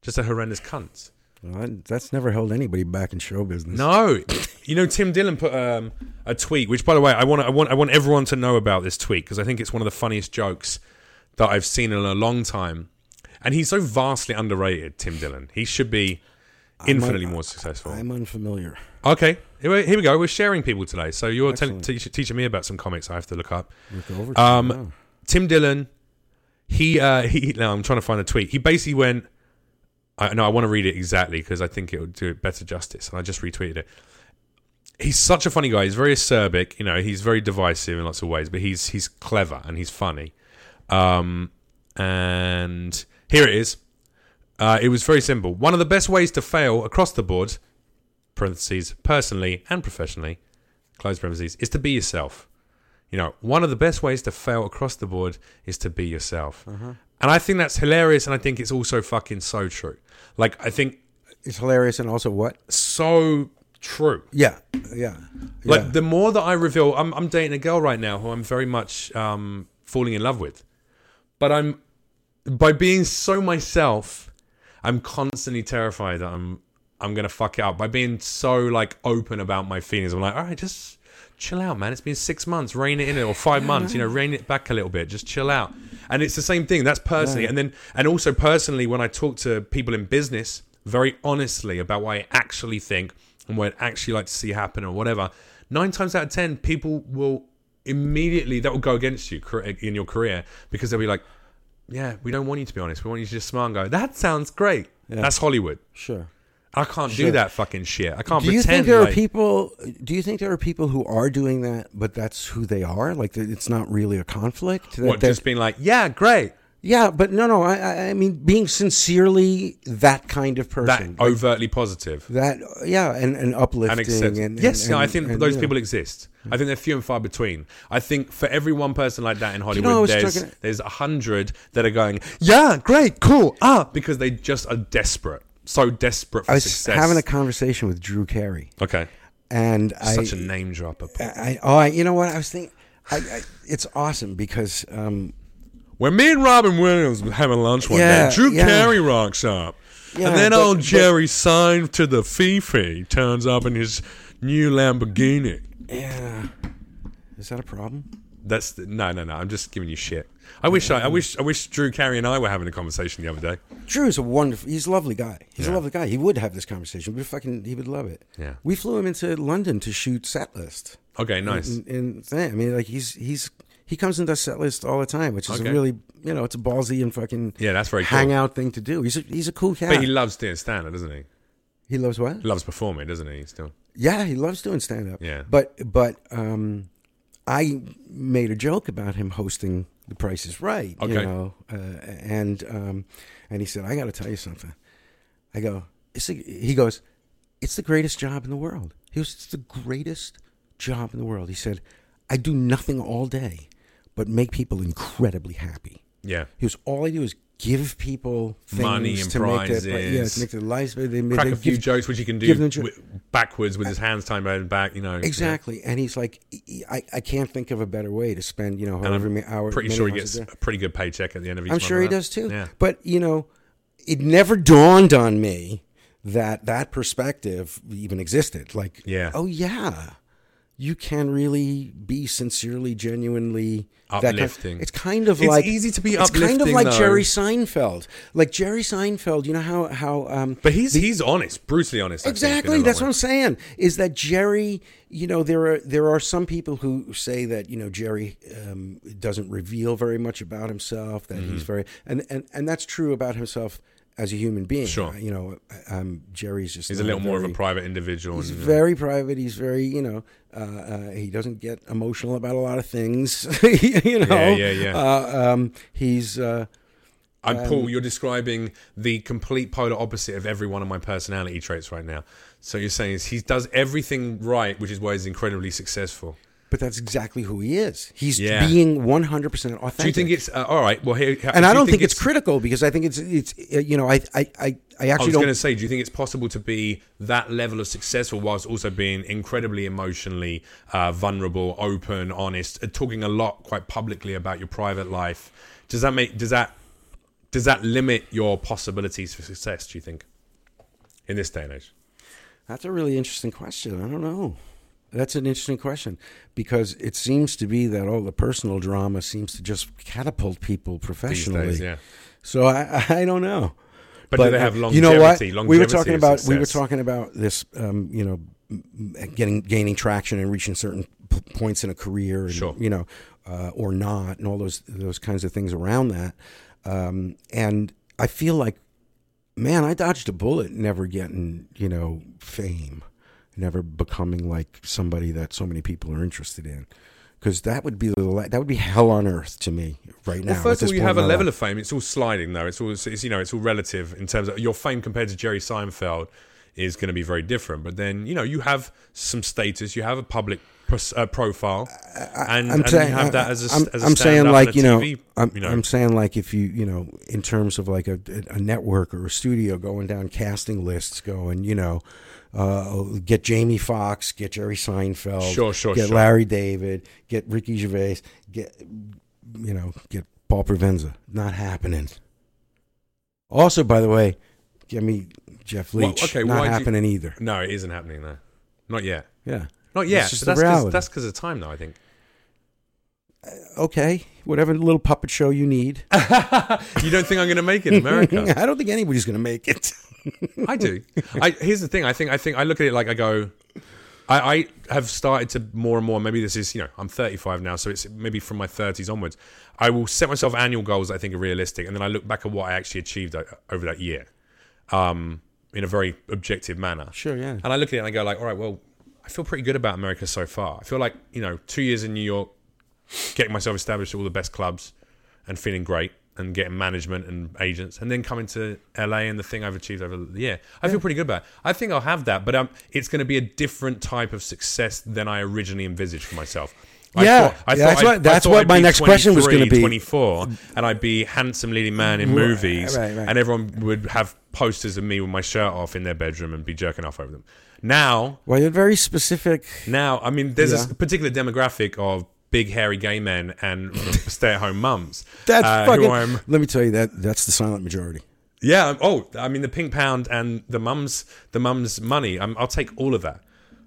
A: just a horrendous cunt.
B: Well, that- that's never held anybody back in show business.
A: No, you know Tim Dillon put um, a tweet, which by the way, I want I want I want everyone to know about this tweet because I think it's one of the funniest jokes that I've seen in a long time, and he's so vastly underrated. Tim Dillon, he should be infinitely more successful.
B: I'm unfamiliar.
A: okay, here we, here we go. We're sharing people today, so you're telling teach, teaching me about some comics I have to look up.
B: Look over. to
A: Um,
B: it now.
A: Tim Dillon, he uh, he. Now I'm trying to find a tweet. He basically went. I, no, I want to read it exactly because I think it would do it better justice, and I just retweeted it. He's such a funny guy. He's very acerbic. You know, he's very divisive in lots of ways, but he's he's clever and he's funny. Um, and here it is. Uh, it was very simple. One of the best ways to fail across the board, parentheses, personally and professionally, close parentheses, is to be yourself. You know, one of the best ways to fail across the board is to be yourself. And I think that's hilarious. And I think it's also fucking so true. Like, I think
B: it's hilarious and also what?
A: so true.
B: Yeah, yeah.
A: Like,
B: yeah.
A: the more that I reveal, I'm, I'm dating a girl right now who I'm very much um, falling in love with. But I'm, by being so myself, I'm constantly terrified that I'm, I'm going to fuck it up. By being so, like, open about my feelings, I'm like, all right, just chill out, man. It's been six months, rein it in, or five months, you know, rein it back a little bit, just chill out. And it's the same thing. That's personally. And then, and also personally, when I talk to people in business very honestly about what I actually think and what I'd actually like to see happen or whatever, nine times out of 10, people will immediately, that will go against you cor- in your career because they'll be like, yeah, we don't want you to be honest. We want you to just smile and go, that sounds great. That's Hollywood.
B: sure.
A: I can't do that fucking shit. I can't
B: Do you
A: pretend
B: think there
A: like-
B: are people? Do you think there are people who are doing that, but that's who they are? Like that it's not really a conflict. That,
A: what,
B: that-
A: just being like, yeah, great.
B: yeah, but no, no. I- I, I mean, being sincerely that kind of
A: That
B: person.
A: overtly positive.
B: That, yeah, and, and uplifting.
A: and
B: And,
A: accept.
B: and-
A: yes,
B: and-
A: no, I think
B: and,
A: those
B: yeah.
A: people exist. I think they're few and far between. I think for every one person like that in Hollywood,
B: know, I was
A: there's
B: talking-
A: there's a hundred that are going, yeah, great, cool, ah, because they just are desperate, so desperate for
B: I was
A: success.
B: having a conversation with Drew Carey,
A: okay,
B: and I
A: such a name dropper.
B: I, oh, I, you know what? I was thinking, I, I, it's awesome because, um,
A: When me and Robin Williams were having lunch one
B: Yeah,
A: day, Drew
B: yeah.
A: Carey rocks up,
B: Yeah,
A: and then
B: but-
A: old
B: but-
A: Jerry signed to the Fifi turns up in his new Lamborghini.
B: yeah, is that a problem?
A: That's the, no, no, no. I'm just giving you shit. I wish I, I wish I wish Drew Carey and I were having a conversation the other day.
B: Drew's a wonderful. He's a lovely guy. He's a lovely guy. He would have this conversation. We fucking. He would love it.
A: Yeah.
B: We flew him into London to shoot set list.
A: Okay, nice.
B: And, and thing. I mean, like he's he's he comes and does set list all the time, which is
A: Okay.
B: a really you know it's a ballsy and fucking
A: Yeah, that's very cool.
B: hangout thing to do. He's a, he's a cool cat.
A: But he loves doing stand up, doesn't he?
B: he loves what?
A: Loves performing, doesn't he? Still.
B: Yeah, he loves doing stand up.
A: Yeah.
B: But but um, I made a joke about him hosting The Price Is Right. You
A: Okay.
B: know, uh, and um, and he said, I got to tell you something. I go, it's the, he goes, it's the greatest job in the world. He goes, it's the greatest job in the world. He said, I do nothing all day, but make people incredibly happy.
A: Yeah.
B: He was all I do is give people things
A: Money and
B: to make their, yeah,
A: prizes.
B: to make their lives better. They,
A: Crack
B: they
A: a few
B: give-
A: jokes which you can do
B: give them jo-
A: wi- backwards with his hands tied behind his back, you know.
B: Exactly, and he's like, "E, I, I can't think of a better way to spend you know however many hours.
A: Pretty
B: many
A: sure he
B: hours
A: gets
B: a
A: a
B: day.
A: pretty good paycheck at the end of each
B: I'm
A: month
B: sure
A: of
B: he
A: that.
B: does too.
A: Yeah.
B: But you know, it never dawned on me that that perspective even existed. Like,
A: Yeah.
B: oh yeah, you can really be sincerely, genuinely that kind-
A: Uplifting.
B: it's kind of
A: It's
B: like
A: easy to be
B: It's kind of
A: uplifting,
B: like
A: though.
B: Jerry Seinfeld. Like Jerry Seinfeld, you know how how um,
A: But he's he's honest, brutally honest. I think, in a
B: Exactly.
A: lot
B: That's
A: of
B: what I'm
A: ways.
B: saying. Is that Jerry? You know, there are there are some people who say that you know Jerry um, doesn't reveal very much about himself. That
A: Mm-hmm.
B: he's very and, and and that's true about himself as a human being.
A: Sure.
B: You know, um, Jerry's just
A: He's a little more of a private individual.
B: He's
A: and, uh,
B: very private. He's very, you know, uh, uh, he doesn't get emotional about a lot of things. you know,
A: yeah, yeah.
B: Uh, um, he's uh,
A: And Paul, you're describing the complete polar opposite of every one of my personality traits right now. So you're saying is he does everything right, which is why he's incredibly successful.
B: But that's exactly who he is. He's
A: Yeah.
B: being 100% authentic.
A: Do you think it's uh, all right? Well, here,
B: and I don't think, it's, critical because I think it's it's uh, you know I I I, I
A: I
B: actually
A: was
B: don't
A: going to say, do you think it's possible to be that level of successful whilst also being incredibly emotionally uh, vulnerable, open, honest, and talking a lot quite publicly about your private life? Does that make does that does that limit your possibilities for success? Do you think in this day and age?
B: That's a really interesting question. I don't know. That's an interesting question because it seems to be that all the personal drama seems to just catapult people professionally.
A: days, yeah.
B: So I, I don't know.
A: But do they have
B: uh, You know what?
A: longevity-
B: we were
A: longevity
B: talking
A: of
B: about we were
A: success?
B: talking about this. Um, you know, m- m- getting gaining traction and reaching certain p- points in a career, and,
A: Sure.
B: you know, uh, or not, and all those those kinds of things around that. Um, and I feel like man, I dodged a bullet never getting, you know, fame, never becoming like somebody that so many people are interested in. Because that would be the la- that would be hell on earth to me right now.
A: Well, first of
B: at this
A: all, you
B: point
A: have
B: in
A: a
B: my
A: level
B: life.
A: of fame. It's all sliding, though. It's all it's, it's, you know, it's all relative in terms of your fame compared to Jerry Seinfeld is going to be very different. But then you know, you have some status. You have a public pros- uh, profile, and, and you have that as a,
B: I'm,
A: as a
B: I'm saying
A: stand-up
B: like
A: and a
B: you know,
A: TV,
B: I'm,
A: you know,
B: I'm saying like if you you know in terms of like a, a network or a studio going down casting lists, going you know, uh, get Jamie Foxx, get Jerry Seinfeld,
A: Sure, sure,
B: get
A: sure.
B: Larry David, get Ricky Gervais, get you know, get Paul Provenza. Not happening. Also, by the way, get me Jeff
A: Well,
B: Leach.
A: okay,
B: not
A: why'd you-
B: happening either.
A: no, it isn't happening though. Not yet.
B: Yeah.
A: Not yet.
B: It's
A: But
B: just the
A: that's 'cause-
B: reality.
A: that's because of time, though. I think.
B: Okay, whatever little puppet show you need.
A: You don't think I'm going to make it in America?
B: I don't think anybody's going to make it.
A: I do. I, here's the thing. I think. I think. I look at it like I go. I, I have started to more and more. Maybe this is you know I'm 35 now, so it's maybe from my 30s onwards. I will set myself annual goals that I think are realistic, and then I look back at what I actually achieved o- over that year, um, in a very objective manner.
B: Sure, yeah.
A: And I look at it and I go like, all right, well, I feel pretty good about America so far. I feel like you know two years in New York, getting myself established at all the best clubs, and feeling great, and getting management and agents, and then coming to LA and the thing I've achieved over the year. I feel pretty good about. it. I think I'll have that, but um, it's going to be a different type of success than I originally envisaged for myself. I
B: Yeah,
A: thought- I
B: yeah,
A: thought
B: that's
A: I'd-
B: what-
A: I
B: that's
A: thought
B: what
A: I'd
B: my
A: be
B: next question was gonna
A: 23,
B: be.
A: 24, and I'd be handsome leading man in movies,
B: right, right.
A: and everyone would have posters of me with my shirt off in their bedroom and be jerking off over them. Now,
B: Well, you're very specific.
A: now, I mean, there's
B: Yeah.
A: a particular demographic of big, hairy gay men and stay-at-home mums.
B: That's
A: uh,
B: fucking.
A: Who I'm,
B: Let me tell you that that's the silent majority.
A: yeah. I'm- Oh, I mean, the pink pound and the mums, the mums' money. i I'll take all of that.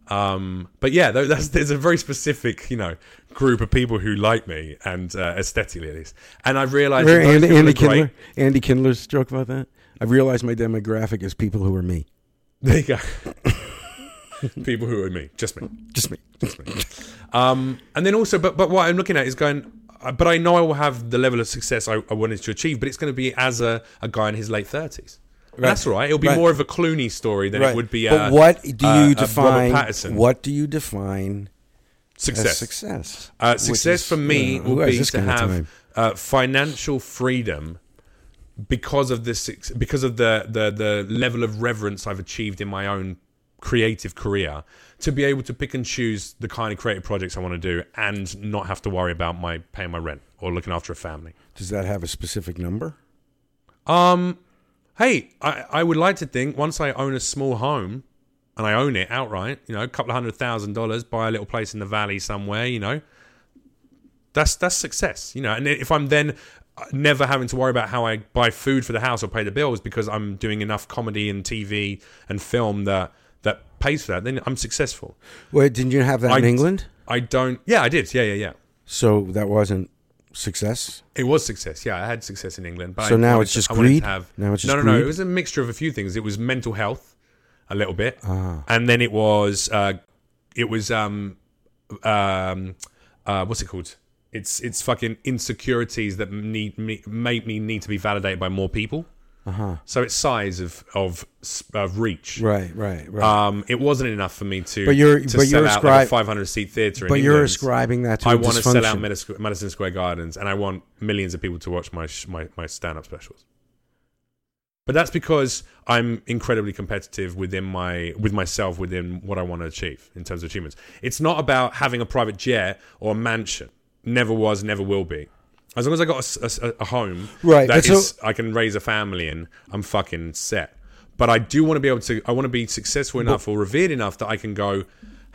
A: Um, but yeah, tho- that's, there's a very specific, you know, group of people who like me and uh, aesthetically at least. And I've realised that those
B: Remember Andy,
A: people
B: Andy
A: are great.
B: Kindler, Andy Kindler's joke about that. I realized my demographic is people who are me,
A: There you go. people who are me, just me.
B: just me.
A: Um, and then also, but but what I'm looking at is going. uh, But I know I will have the level of success I, I wanted to achieve, but it's going to be as a, a guy in his late thirties. That's all right. It'll be
B: Right.
A: more of a Clooney story than it would be.
B: but
A: A, uh,
B: what do you
A: a- a Robert
B: define?
A: Pattinson.
B: What do you define as
A: success?
B: success?
A: Uh,
B: Which
A: success
B: is,
A: for me
B: you know, who
A: would
B: has
A: be
B: this
A: to
B: kind of
A: have
B: time?
A: uh, financial freedom because of this because of the, the the level of reverence I've achieved in my own creative career to be able to pick and choose the kind of creative projects I want to do and not have to worry about my paying my rent or looking after a family.
B: Does that have a specific number?
A: Um, hey, I, I would like to think once I own a small home and I own it outright, you know, a couple of hundred thousand dollars, buy a little place in the valley somewhere, you know, that's that's success, you know. And if I'm then uh, never having to worry about how I buy food for the house or pay the bills because I'm doing enough comedy and TV and film that that pays for that, then I'm successful.
B: Wait, didn't you have that in
A: I-
B: England?
A: I don't. Yeah, I did. Yeah, yeah, yeah.
B: So that wasn't success.
A: It was success. Yeah, I had success in England. But
B: So
A: I
B: now
A: wanted
B: it's
A: to-
B: just
A: I wanted to
B: greed?
A: have-
B: Now it's
A: no, no,
B: just
A: no.
B: greed?
A: It was a mixture of a few things. It was mental health, a little bit,
B: Ah.
A: and then it was uh, it was um um uh, what's it called? It's it's fucking insecurities that need me make me need to be validated by more people. Uh-huh. So it's size of of s- of reach.
B: Right, right, right.
A: Um, it wasn't enough for me to
B: But you're-
A: to
B: but
A: sell
B: you're
A: out
B: ascribe-
A: like a 500 seat theater. in
B: but you're
A: England.
B: ascribing that to
A: I
B: a
A: want to sell out
B: dysfunction.
A: Madis- Madison Square Gardens, and I want millions of people to watch my sh- my, my stand up specials. But that's because I'm incredibly competitive within my with myself within what I want to achieve in terms of achievements. It's not about having a private jet or a mansion. Never was, never will be. As long as I got a s- a, s- a home
B: Right,
A: that
B: but so-
A: is I can raise a family in, I'm fucking set. But I do want to be able to I want to be successful enough or revered enough that I can go,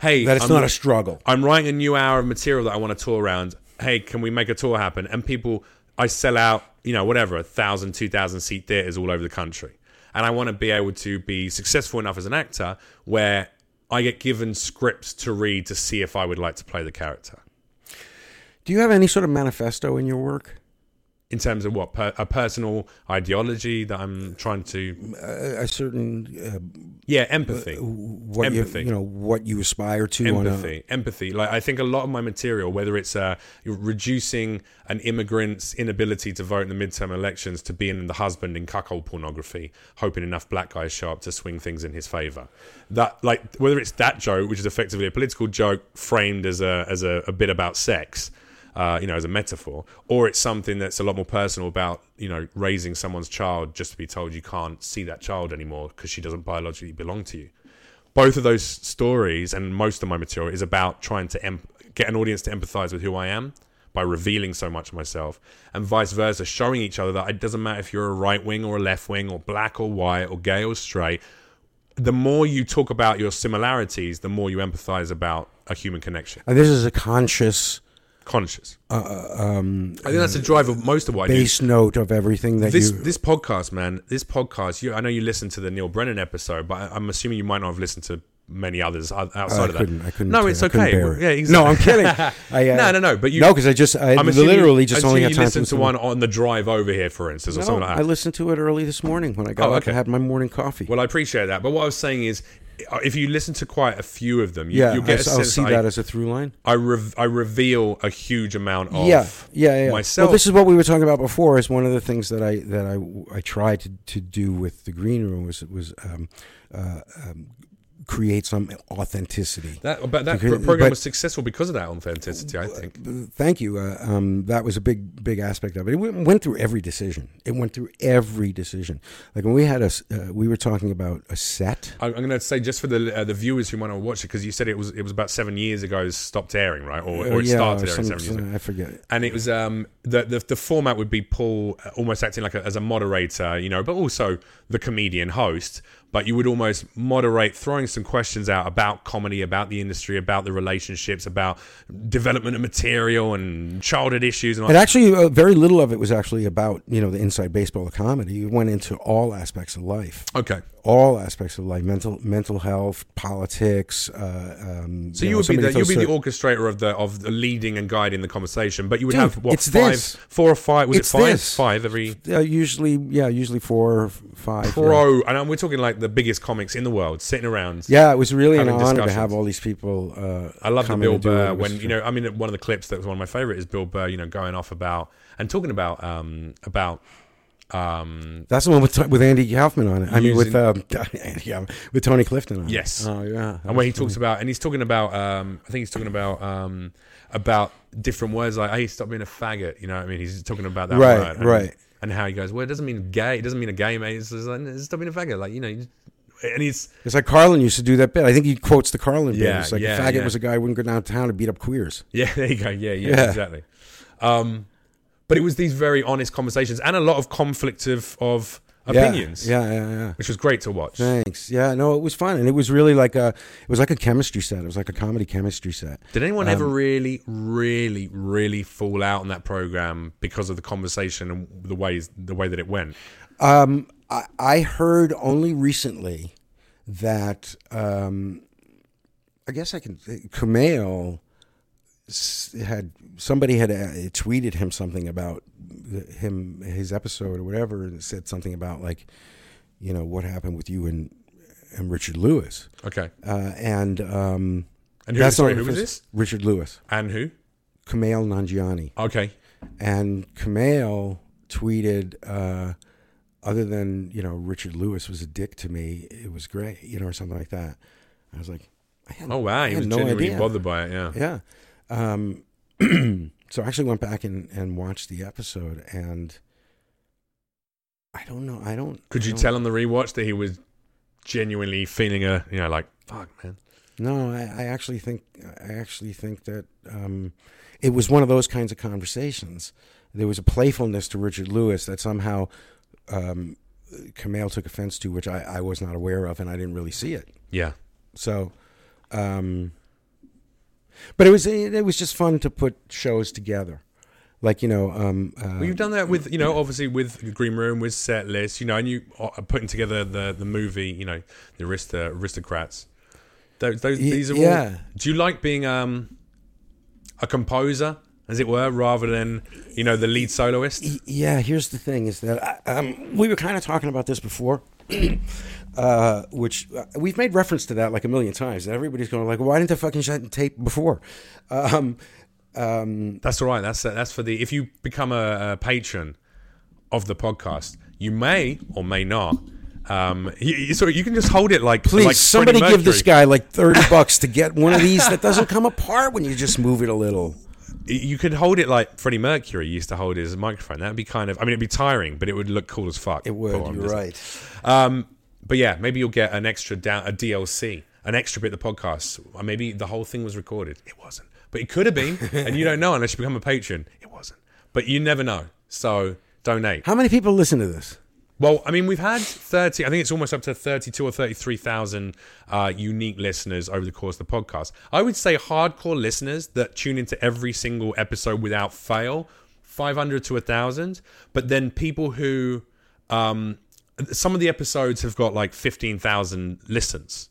A: hey,
B: That it's
A: I'm
B: not a struggle.
A: I'm writing a new hour of material that I want to tour around. Hey, can we make a tour happen? And people, I sell out, you know, whatever, a thousand, two thousand seat theaters all over the country. And I want to be able to be successful enough as an actor where I get given scripts to read to see if I would like to play the character.
B: Do you have any sort of manifesto in your work?
A: In terms of what per- a personal ideology that I'm trying to,
B: A, a certain uh,
A: yeah, empathy.
B: what
A: Empathy.
B: you you know what you aspire to on a,
A: empathy empathy like i think a lot of my material whether it's uh reducing an immigrant's inability to vote in the midterm elections to being the husband in cuckold pornography hoping enough black guys show up to swing things in his favor that like whether it's that joke which is effectively a political joke framed as a as a, a bit about sex uh, you know, as a metaphor, or it's something that's a lot more personal about, you know, raising someone's child just to be told you can't see that child anymore because she doesn't biologically belong to you both of those stories and most of my material is about trying to em- get an audience to empathize with who I am by revealing so much of myself and vice versa showing each other that it doesn't matter if you're a right wing or a left wing or black or white or gay or straight the more you talk about your similarities the more you empathize about a human connection
B: And uh, this is a conscious um,
A: conscious i think that's the drive of most of what i do
B: base note of everything that
A: this
B: you.
A: this podcast, man, this podcast. You, I know you listened to the Neil Brennan episode, but I, I'm assuming you might not have listened to many others o-
B: I
A: outside of
B: couldn't.
A: that.
B: I couldn't.
A: No,
B: I
A: it's
B: couldn't
A: okay.
B: bear it.
A: Yeah, exactly.
B: No, I'm kidding. I, uh,
A: no, no, no. But you,
B: no, because I just I
A: I'm assuming
B: literally
A: you-
B: just
A: I'm
B: only got
A: assuming
B: time
A: you listened
B: for
A: to
B: some-
A: one on the drive over here, for instance, or
B: No,
A: something like
B: I
A: that.
B: listened to it early this morning when I got
A: Oh,
B: up
A: okay.
B: and had my morning coffee.
A: well, I appreciate that. But what I was saying is, uh, if you listen to quite a few of them, you,
B: yeah,
A: you'll get
B: I,
A: a
B: will
A: sense
B: see
A: that,
B: that
A: I,
B: as a through line.
A: I, re- I reveal a huge amount of
B: yeah, yeah, yeah.
A: myself.
B: Well, this is what we were talking about before. Is one of the things that I that I I tried to, to do with the green room was was um, uh, um, create some authenticity.
A: that, but that
B: Because-
A: program
B: but-
A: was successful because of that authenticity, I think.
B: Thank you. Uh, um, that was a big big aspect of it. It went, went through every decision. It went through every decision. Like when we had a s- uh, we were talking about a set.
A: I'm going to say just for the uh, the viewers who might not watch it because you said it was it was about seven years ago it stopped airing right or, or it
B: Uh, Yeah,
A: started airing seven
B: some-
A: years ago
B: some- I forget.
A: and it was um the the, the format would be Paul uh, almost acting like a, as a moderator you know but also the comedian host but you would almost moderate throwing some questions out about comedy about the industry about the relationships about development of material and childhood issues and all
B: And actually, uh, very little of it was actually about you know the inside baseball of comedy. It went into all aspects of life,
A: okay
B: all aspects of life, mental mental health, politics. Uh, um,
A: So you would be the you'd be the
B: all
A: orchestrator of the of the leading and guiding the conversation, but you would
B: Dude,
A: have what
B: it's
A: five,
B: this.
A: four or five? Was
B: It's
A: it five?
B: this.
A: Five every
B: uh, usually yeah, usually four or f- five. yeah.
A: pro, and um, we're talking like the biggest comics in the world sitting around.
B: Yeah, it was really an
A: Having
B: honor to
A: discussions.
B: have all these people. Uh,
A: I love the
B: coming
A: Bill
B: to do it.
A: Burr
B: It was
A: when you know. I mean, one of the clips that was one of my favorite is Bill Burr, you know, going off about and talking about um about um
B: That's the one with with Andy Kaufman on it. I mean, with
A: Using-
B: um, Andy Kaufman- with Tony Clifton on it.
A: Yes.
B: Oh yeah.
A: and when he talks about and he's talking about um I think he's talking about um about different words like hey stop being a faggot you know what I mean he's talking about that
B: Right,
A: word and-
B: right.
A: and how he goes well it doesn't mean gay it doesn't mean a gay mate it's just like "No, stop being a faggot like you know you just, and he's
B: It's like Carlin used to do that bit. I think he quotes the Carlin bit.
A: Yeah,
B: It's like
A: yeah,
B: a faggot
A: yeah.
B: was a guy who wouldn't go downtown to beat up queers.
A: yeah there you go yeah yeah,
B: Yeah.
A: exactly um but it was these very honest conversations and a lot of conflict of of
B: Yeah,
A: opinions
B: Yeah, yeah, yeah.
A: which was great to watch
B: Thanks. Yeah, no, it was fun, and it was really like a, it was like a chemistry set. It was like a comedy chemistry set.
A: Did anyone
B: Um,
A: ever really, really, really fall out on that program because of the conversation and the ways the way that it went?
B: Um, I, I heard only recently that um, I guess I can. Kumail s- had somebody had uh, tweeted him something about the- him his episode or whatever, and said something about like, you know, what happened with you and and Richard Lewis,
A: Okay,
B: uh, and um,
A: And who- sorry,
B: not
A: who was
B: first-
A: this?
B: Richard Lewis,
A: and who?
B: Kumail Nanjiani
A: Okay,
B: and Kumail tweeted, uh, other than you know Richard Lewis was a dick to me, it was great, you know, or something like that. I was like, I had,
A: oh wow,
B: I
A: he
B: had
A: was
B: no
A: genuinely
B: idea.
A: bothered by it. Yeah,
B: Yeah. Um, so I actually went back and, and watched the episode, and I don't know. I don't.
A: Could you tell on the rewatch that he was genuinely feeling a, you know, like, fuck, man.
B: No, I, I actually think I actually think that um, it was one of those kinds of conversations. There was a playfulness to Richard Lewis that somehow um, Camille took offense to, which I, I was not aware of, and I didn't really see it.
A: Yeah.
B: So, um, but it was it was just fun to put shows together, like you know, um, uh,
A: Well, you've done that with, you know, obviously with the Green Room, with set lists, you know, and you are putting together the the movie, you know, the Arista, aristocrats. Those, those
B: Ye-
A: these are all.
B: yeah.
A: Do you like being um a composer, as it were, rather than you know the lead soloist?
B: Y- Yeah, here's the thing is that I, um, we were kind of talking about this before, uh, which uh, we've made reference to that like a million times. Everybody's going like, why didn't they fucking shut the tape before? Um,
A: That's all right. That's that's for the if you become a, a patron of the podcast, you may or may not. Um, you, you, sorry, you can just hold it like
B: please,
A: like Freddie
B: somebody give
A: Mercury.
B: this guy like 30 bucks to get one of these that doesn't come apart when you just move it a little.
A: you could hold it like Freddie Mercury used to hold his microphone. That'd be kind of, I mean, it'd be tiring, but it would look cool as fuck. It
B: Would, you're right.
A: Um, but yeah, maybe you'll get an extra down, a DLC, an extra bit of the podcast. Or Maybe the whole thing was recorded. It wasn't, but it could have been, and you don't know unless you become a patron. It wasn't, but you never know. So donate.
B: How many people listen to this?
A: Well, I mean, we've had thirty. I think it's almost up to thirty-two or thirty-three thousand uh, unique listeners over the course of the podcast. I would say hardcore listeners that tune into every single episode without fail, five hundred to thousand. But then people who, um, some of the episodes have got like fifteen thousand listens.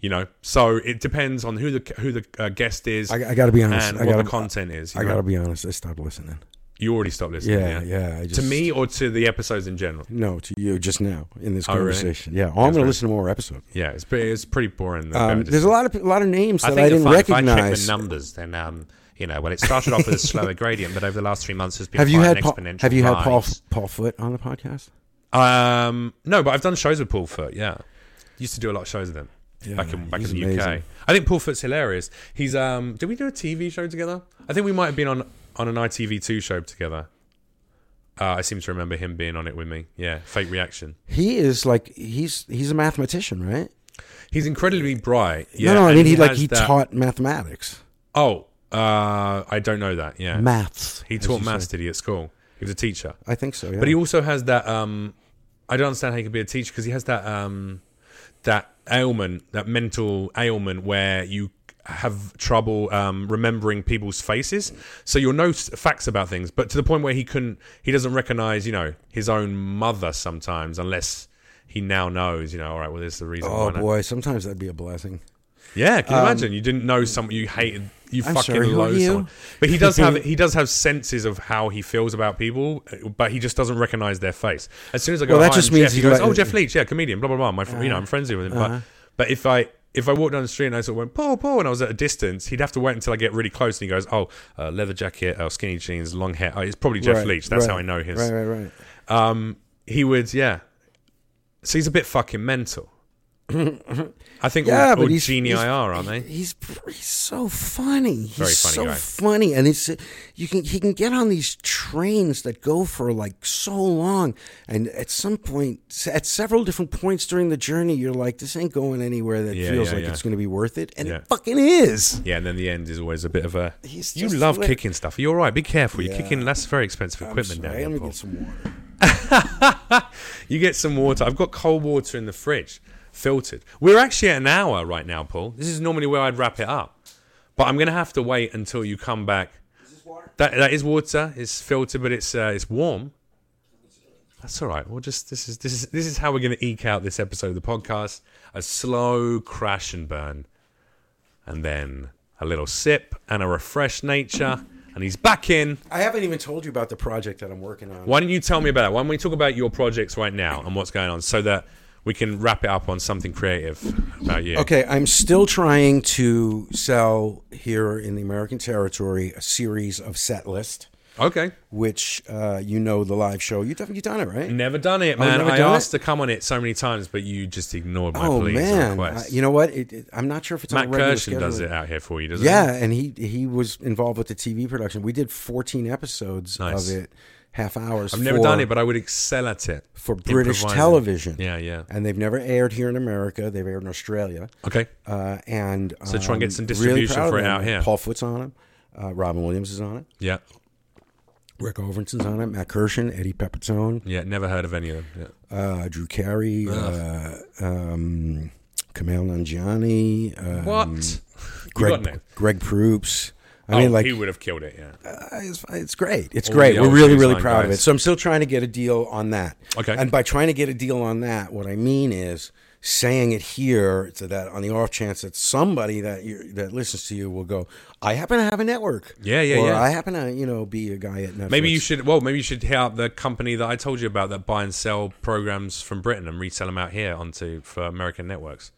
A: You know, so it depends on who the who the uh, guest is.
B: I, I got to be honest.
A: and
B: I
A: what
B: got
A: the
B: to.
A: content is. You,
B: I
A: know?
B: got to be honest. I stopped listening.
A: you already stopped listening.
B: Yeah, yeah. I just,
A: To me or to the episodes in general.
B: no, to you just now in this
A: really?
B: conversation. Yeah, oh, I'm going to listen to more episodes.
A: Yeah, it's pretty, it's pretty boring. the
B: Um,
A: Baptist
B: there's a lot of a lot of names that I,
C: think
B: didn't
C: if I, If I check
B: recognize.
C: the numbers, then um, you know, well, it started off with a slower gradient, but over the last three months has been
B: have you
C: quite
B: had
C: an
B: Paul,
C: exponential
B: Have you had Paul
C: rise.
B: Paul Foot on the podcast?
A: Um, no, but I've done shows with Paul Foot. Yeah, used to do a lot of shows with him back in back in
B: he's
A: the UK.
B: amazing.
A: I think Paul Foot's hilarious. He's um, did we do a TV show together? I think we might have been on on an ITV two show together. Uh, I seem to remember him being on it with me. Yeah, fake reaction.
B: He is like he's he's a mathematician, right?
A: He's incredibly bright. Yeah,
B: no, no. I
A: and
B: mean, he, like
A: has
B: he
A: that-
B: taught mathematics,
A: Oh, uh, I don't know that. Yeah,
B: maths.
A: he
B: as
A: taught
B: you
A: maths.
B: say.
A: Did he at school? He was a teacher.
B: I think so. Yeah.
A: But he also has that. Um, I don't understand how he could be a teacher because he has that um, that ailment, that mental ailment where you have trouble um, remembering people's faces. So you'll know s- facts about things, but to the point where he couldn't, he doesn't recognize, you know, his own mother sometimes, unless he now knows, you know, all right, well, there's the reason.
B: oh
A: why not.
B: boy, sometimes that'd be a blessing.
A: Yeah, can you imagine? You didn't know someone you hated. You
B: Um, I'm
A: fucking
B: sorry, who
A: loathe
B: are you?
A: someone. But he does have he does have senses of how he feels about people, but he just doesn't recognize their face. As soon as I go,
B: Well, that
A: "Hi,
B: just
A: I'm
B: means
A: Jeff," he
B: you
A: goes,
B: like-
A: "Oh, Jeff Leach, yeah, comedian, blah blah blah." My, fr- you know,
B: Uh-huh.
A: I'm friends with him. But but if I if I walked down the street and I sort of went Paul Paul and I was at a distance, he'd have to wait until I get really close, and he goes, "Oh, uh, leather jacket, oh, skinny jeans, long hair. Oh, it's probably Jeff
B: Right,
A: Leach. That's
B: right,
A: how I know his."
B: Right, right, right.
A: Um, he would, yeah. So he's a bit fucking mental. I think
B: Yeah,
A: all, all
B: but he's
A: Genie
B: he's-
A: IR, aren't they?
B: He's pr- he's so funny. He's
A: Very funny
B: so
A: guy.
B: funny, and it's you can he can get on these trains that go for like so long, and at some point, s- at several different points during the journey, you're like, this ain't going anywhere that
A: Yeah,
B: feels
A: yeah,
B: like
A: yeah.
B: it's going to be worth it, and
A: Yeah.
B: it fucking is.
A: Yeah, and then the end is always a bit of a.
B: He's
A: you
B: just
A: love
B: lit-
A: kicking stuff. You're all right. Be careful. You're
B: Yeah.
A: kicking. That's very expensive equipment down
B: Sorry,
A: here,
B: let me
A: Paul.
B: get some water.
A: You get some water. I've got cold water in the fridge, filtered. We're actually at an hour right now, Paul. This is normally where I'd wrap it up, but I'm going to have to wait until you come back. That that is water. It's filtered, but it's uh, it's warm. That's all right. We'll just this is this is this is how we're going to eke out this episode of the podcast: a slow crash and burn, and then a little sip and a refreshed nature. And he's back in.
B: I haven't even told you about the project that I'm working on.
A: Why don't you tell me about it? Why don't we talk about your projects right now and what's going on so that we can wrap it up on something creative about you?
B: Okay, I'm still trying to sell here in the American territory a series of set list,
A: Okay.
B: which uh, you know the live show. You have done it right?
A: Never done it, man.
B: never
A: I
B: done
A: asked to come on it so many times, but you just ignored my
B: Oh
A: pleas
B: man,
A: and requests.
B: I- you know what? It, it, I'm not sure if it's
A: Matt
B: on a regular
A: Kirshen does
B: scheduling.
A: it out here for you, doesn't he?
B: Yeah, and he he was involved with the TV production. We did 14 episodes
A: Nice.
B: of it. half hours.
A: I've never
B: for-
A: done it, but I would excel at it.
B: for British
A: Improvising.
B: television.
A: Yeah, yeah.
B: And they've never aired here in America. They've aired in Australia.
A: Okay.
B: Uh, and um,
A: So try and get some
B: really
A: distribution
B: proud of
A: for it
B: them.
A: out here.
B: Paul Foote's on it. Uh, Robin Williams is on it.
A: Yeah.
B: Rick Overton's on it. Matt Kirshen, Eddie Pepitone,
A: Yeah. Never heard of any of them. Yeah.
B: uh, Drew Carey, uh, um, Kamal Nanjiani, um,
A: What? You got
B: Greg,
A: it.
B: Greg Proops. I mean, like
A: he would have killed it. Yeah.
B: Uh, it's, it's great. It's
A: All
B: great.
A: the
B: We're
A: old
B: really,
A: shoes
B: really
A: line
B: proud of it.
A: guys.
B: So I'm still trying to get a deal on that.
A: Okay.
B: And by trying to get a deal on that, what I mean is saying it here so that on the off chance that somebody that you that listens to you will go, I happen to have a network.
A: Yeah, yeah,
B: or
A: yeah.
B: I happen to you know be a guy at Netflix.
A: Maybe you should. Well, maybe you should hit up the company that I told you about that buy and sell programs from Britain and resell them out here onto for American networks.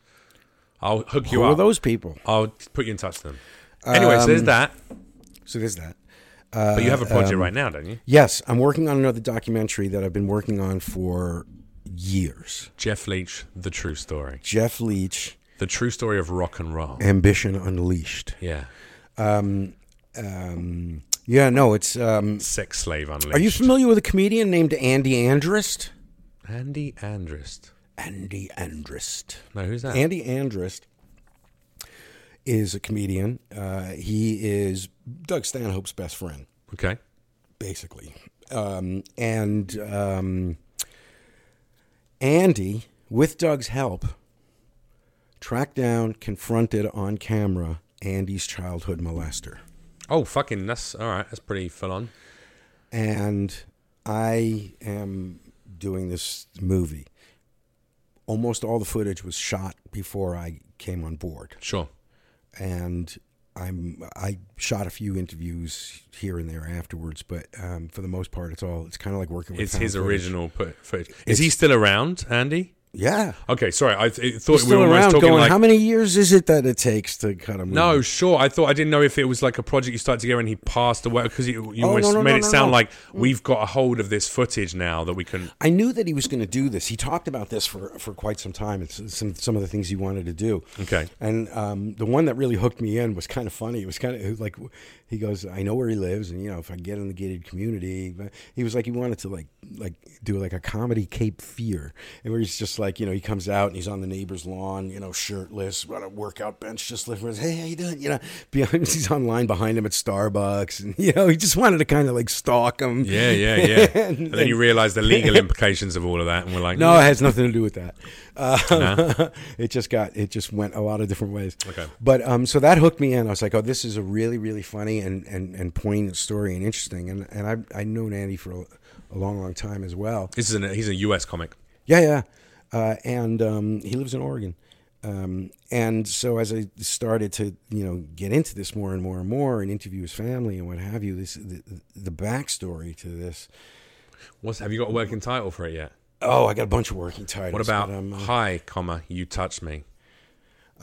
A: I'll hook you
B: Who
A: up.
B: are Um, those people?
A: I'll put you in touch with them. Anyway, so there's that.
B: So there's that.
A: But you have a project
B: um,
A: right now, don't you?
B: Yes, I'm working on another documentary that I've been working on for years.
A: Jeff Leach, the true story,
B: Jeff Leach,
A: the true story of rock and roll.
B: Ambition Unleashed.
A: Yeah,
B: Um, yeah, no, it's um,
A: sex slave unleashed.
B: Are you familiar with a comedian named Andy Andrist?
A: Andy Andrist?
B: Andy Andrist.
A: No, who's that?
B: Andy Andrist is a comedian. Uh, he is Doug Stanhope's best friend,
A: okay.
B: basically. Um, and um, Andy, with Doug's help, tracked down, confronted on camera Andy's childhood molester.
A: Oh, fucking. That's all right. That's pretty full on.
B: and I am doing this movie. Almost all the footage was shot before I came on board,
A: Sure.
B: and I'm I shot a few interviews here and there afterwards, but um, for the most part, it's all it's kind of like working with
A: It's
B: found
A: his
B: footage.
A: original put, footage. Is he still around, Andy?
B: Yeah,
A: Okay, sorry. I th- I
B: He's
A: thought we
B: still
A: were almost
B: around.
A: talking
B: Going,
A: like.
B: how many years is it that it takes to cut a movie?
A: no, sure. I thought I didn't know if it was like a project you started together and he passed away because you, you
B: Oh,
A: almost
B: no, no,
A: made
B: no,
A: it
B: no,
A: sound
B: no. Mm.
A: like we've got a hold of this footage now that we can.
B: I knew that he was going to do this. He talked about this for, for quite some time. It's some some of the things he wanted to do.
A: Okay.
B: And um, the one that really hooked me in was kind of funny. It was kind of like he goes, "I know where he lives, and you know if I get in the gated community." But he was like he wanted to like like do like a comedy Cape Fear, and where he's just like you know he comes out and he's on the neighbor's lawn, you know, shirtless, on a workout bench, just lifting. Hey, how you doing? You know, behind he's online behind him at Starbucks, and you know he just wanted to kind of like stalk him.
A: Yeah, yeah, yeah. and, then you realise the legal implications of all of that, and we're like, "Mm,
B: No, it has nothing to do with that. Uh, it just got it just went a lot of different ways.
A: Okay.
B: But um, so that hooked me in. I was like, oh, this is a really really funny and and, and poignant story and interesting. And and I I known Andy for a, a long long time as well.
A: This is an, he's a US comic.
B: Yeah, yeah. Uh, and um, he lives in Oregon. Um, and so as I started to, you know, get into this more and more and more and interview his family and what have you, this the, the backstory to this.
A: What's have you got a working title for it yet?
B: Oh, I got a bunch of working titles.
A: What about
B: but, um, uh,
A: hi, comma you touched me,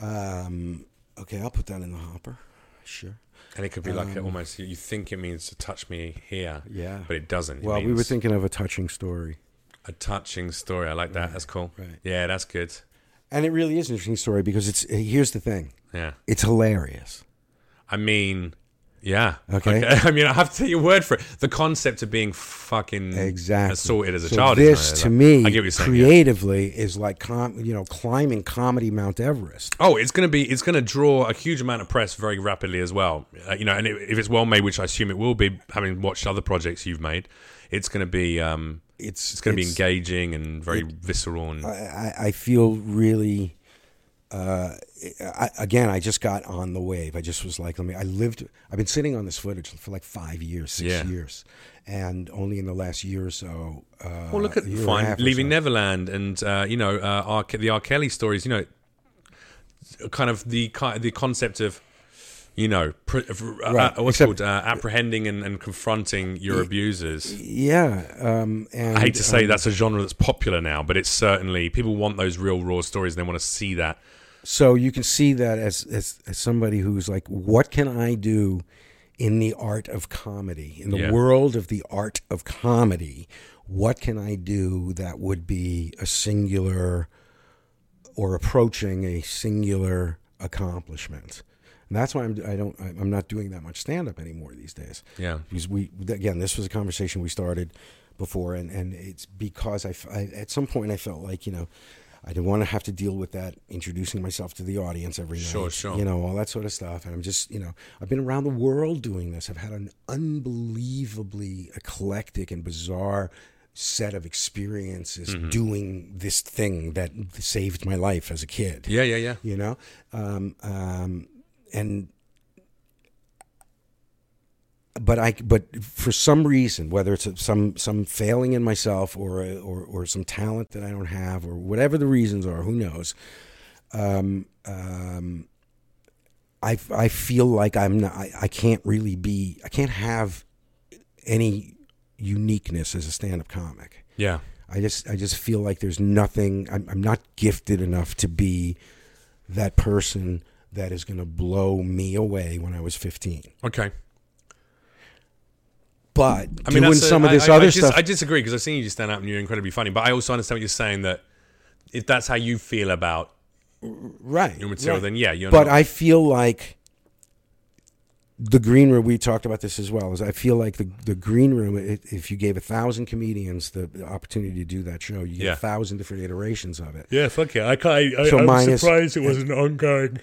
B: Um, okay, I'll put that in the hopper. Sure.
A: and it could be like almost you think it means to touch me here,
B: Um, Yeah.
A: but it doesn't. It
B: Well, we were
A: means
B: thinking of a touching story.
A: a touching story. I like that. That's cool.
B: right.
A: Yeah, that's good.
B: And it really is an interesting story because it's uh, here's the thing.
A: Yeah,
B: It's hilarious.
A: I mean, yeah.
B: Okay.
A: I mean, I have to take your word for it. The concept of being fucking
B: Exactly.
A: assaulted as a
B: So
A: child. is
B: This
A: not-
B: to me
A: I get what you're saying. yeah.
B: creatively is like com- you know, climbing comedy Mount Everest.
A: Oh, it's going to be. It's going to draw a huge amount of press very rapidly as well. Uh, you know, and it, if it's well made, which I assume it will be, having watched other projects you've made, it's going to be. Um,
B: It's
A: it's going to be engaging and very visceral. And
B: I, I feel really. Uh, I, again, I just got on the wave. I just was like, let me. I lived. I've been sitting on this footage for like five years, six
A: Yeah.
B: years, and only in the last year or so. Uh,
A: well, look at
B: a year and a
A: fine
B: half or
A: leaving
B: so.
A: Neverland and uh, you know uh, R. Ke- the R. Kelly stories. You know, kind of the ki- the concept of. You know, pr- of, uh,
B: Right,
A: uh, what's
B: except-
A: called uh, apprehending and, and confronting your abusers.
B: Yeah, um, and
A: I hate to say that's a genre that's popular now, but it's certainly people want those real raw stories and they want to see that.
B: so you can see that as, as as somebody who's like, what can I do in the art of comedy, in the
A: Yeah.
B: world of the art of comedy? What can I do that would be a singular or approaching a singular accomplishment? And that's why I'm I don't I- I'm not doing that much stand up anymore these days.
A: Yeah.
B: because we again this was a conversation we started before, and and it's because I, f- I- at some point I felt like you know. I didn't want to have to deal with that, introducing myself to the audience every night.
A: Sure, sure.
B: You know, all that sort of stuff. And I'm just, you know, I've been around the world doing this. I've had an unbelievably eclectic and bizarre set of experiences doing this thing that saved my life as a kid
A: Yeah, yeah, yeah.
B: you know um, um, and but I but for some reason whether it's some some failing in myself or or or some talent that I don't have or whatever the reasons are who knows um, um, I I feel like I'm not I, I can't really be I can't have any uniqueness as a stand-up comic
A: Yeah.
B: I just I just feel like there's nothing. I'm, I'm not gifted enough to be that person that is going to blow me away when I was 15.
A: Okay.
B: But
A: I mean,
B: doing
A: that's a-
B: some of
A: I-
B: this
A: I,
B: other
A: I dis-
B: stuff,
A: I disagree because I've seen you stand up and you're incredibly funny, but I also understand what you're saying that if that's how you feel about
B: right?
A: your material,
B: right.
A: then yeah, you're
B: but
A: not.
B: I feel like the green room. We talked about this as well. Is I feel like the the green room. i if you gave a thousand comedians the, the opportunity to do that show, you get
A: Yeah.
B: a thousand different iterations of it.
A: yeah, fuck yeah. I can't. I,
B: So I'm mine is- surprised
A: it was an ongoing.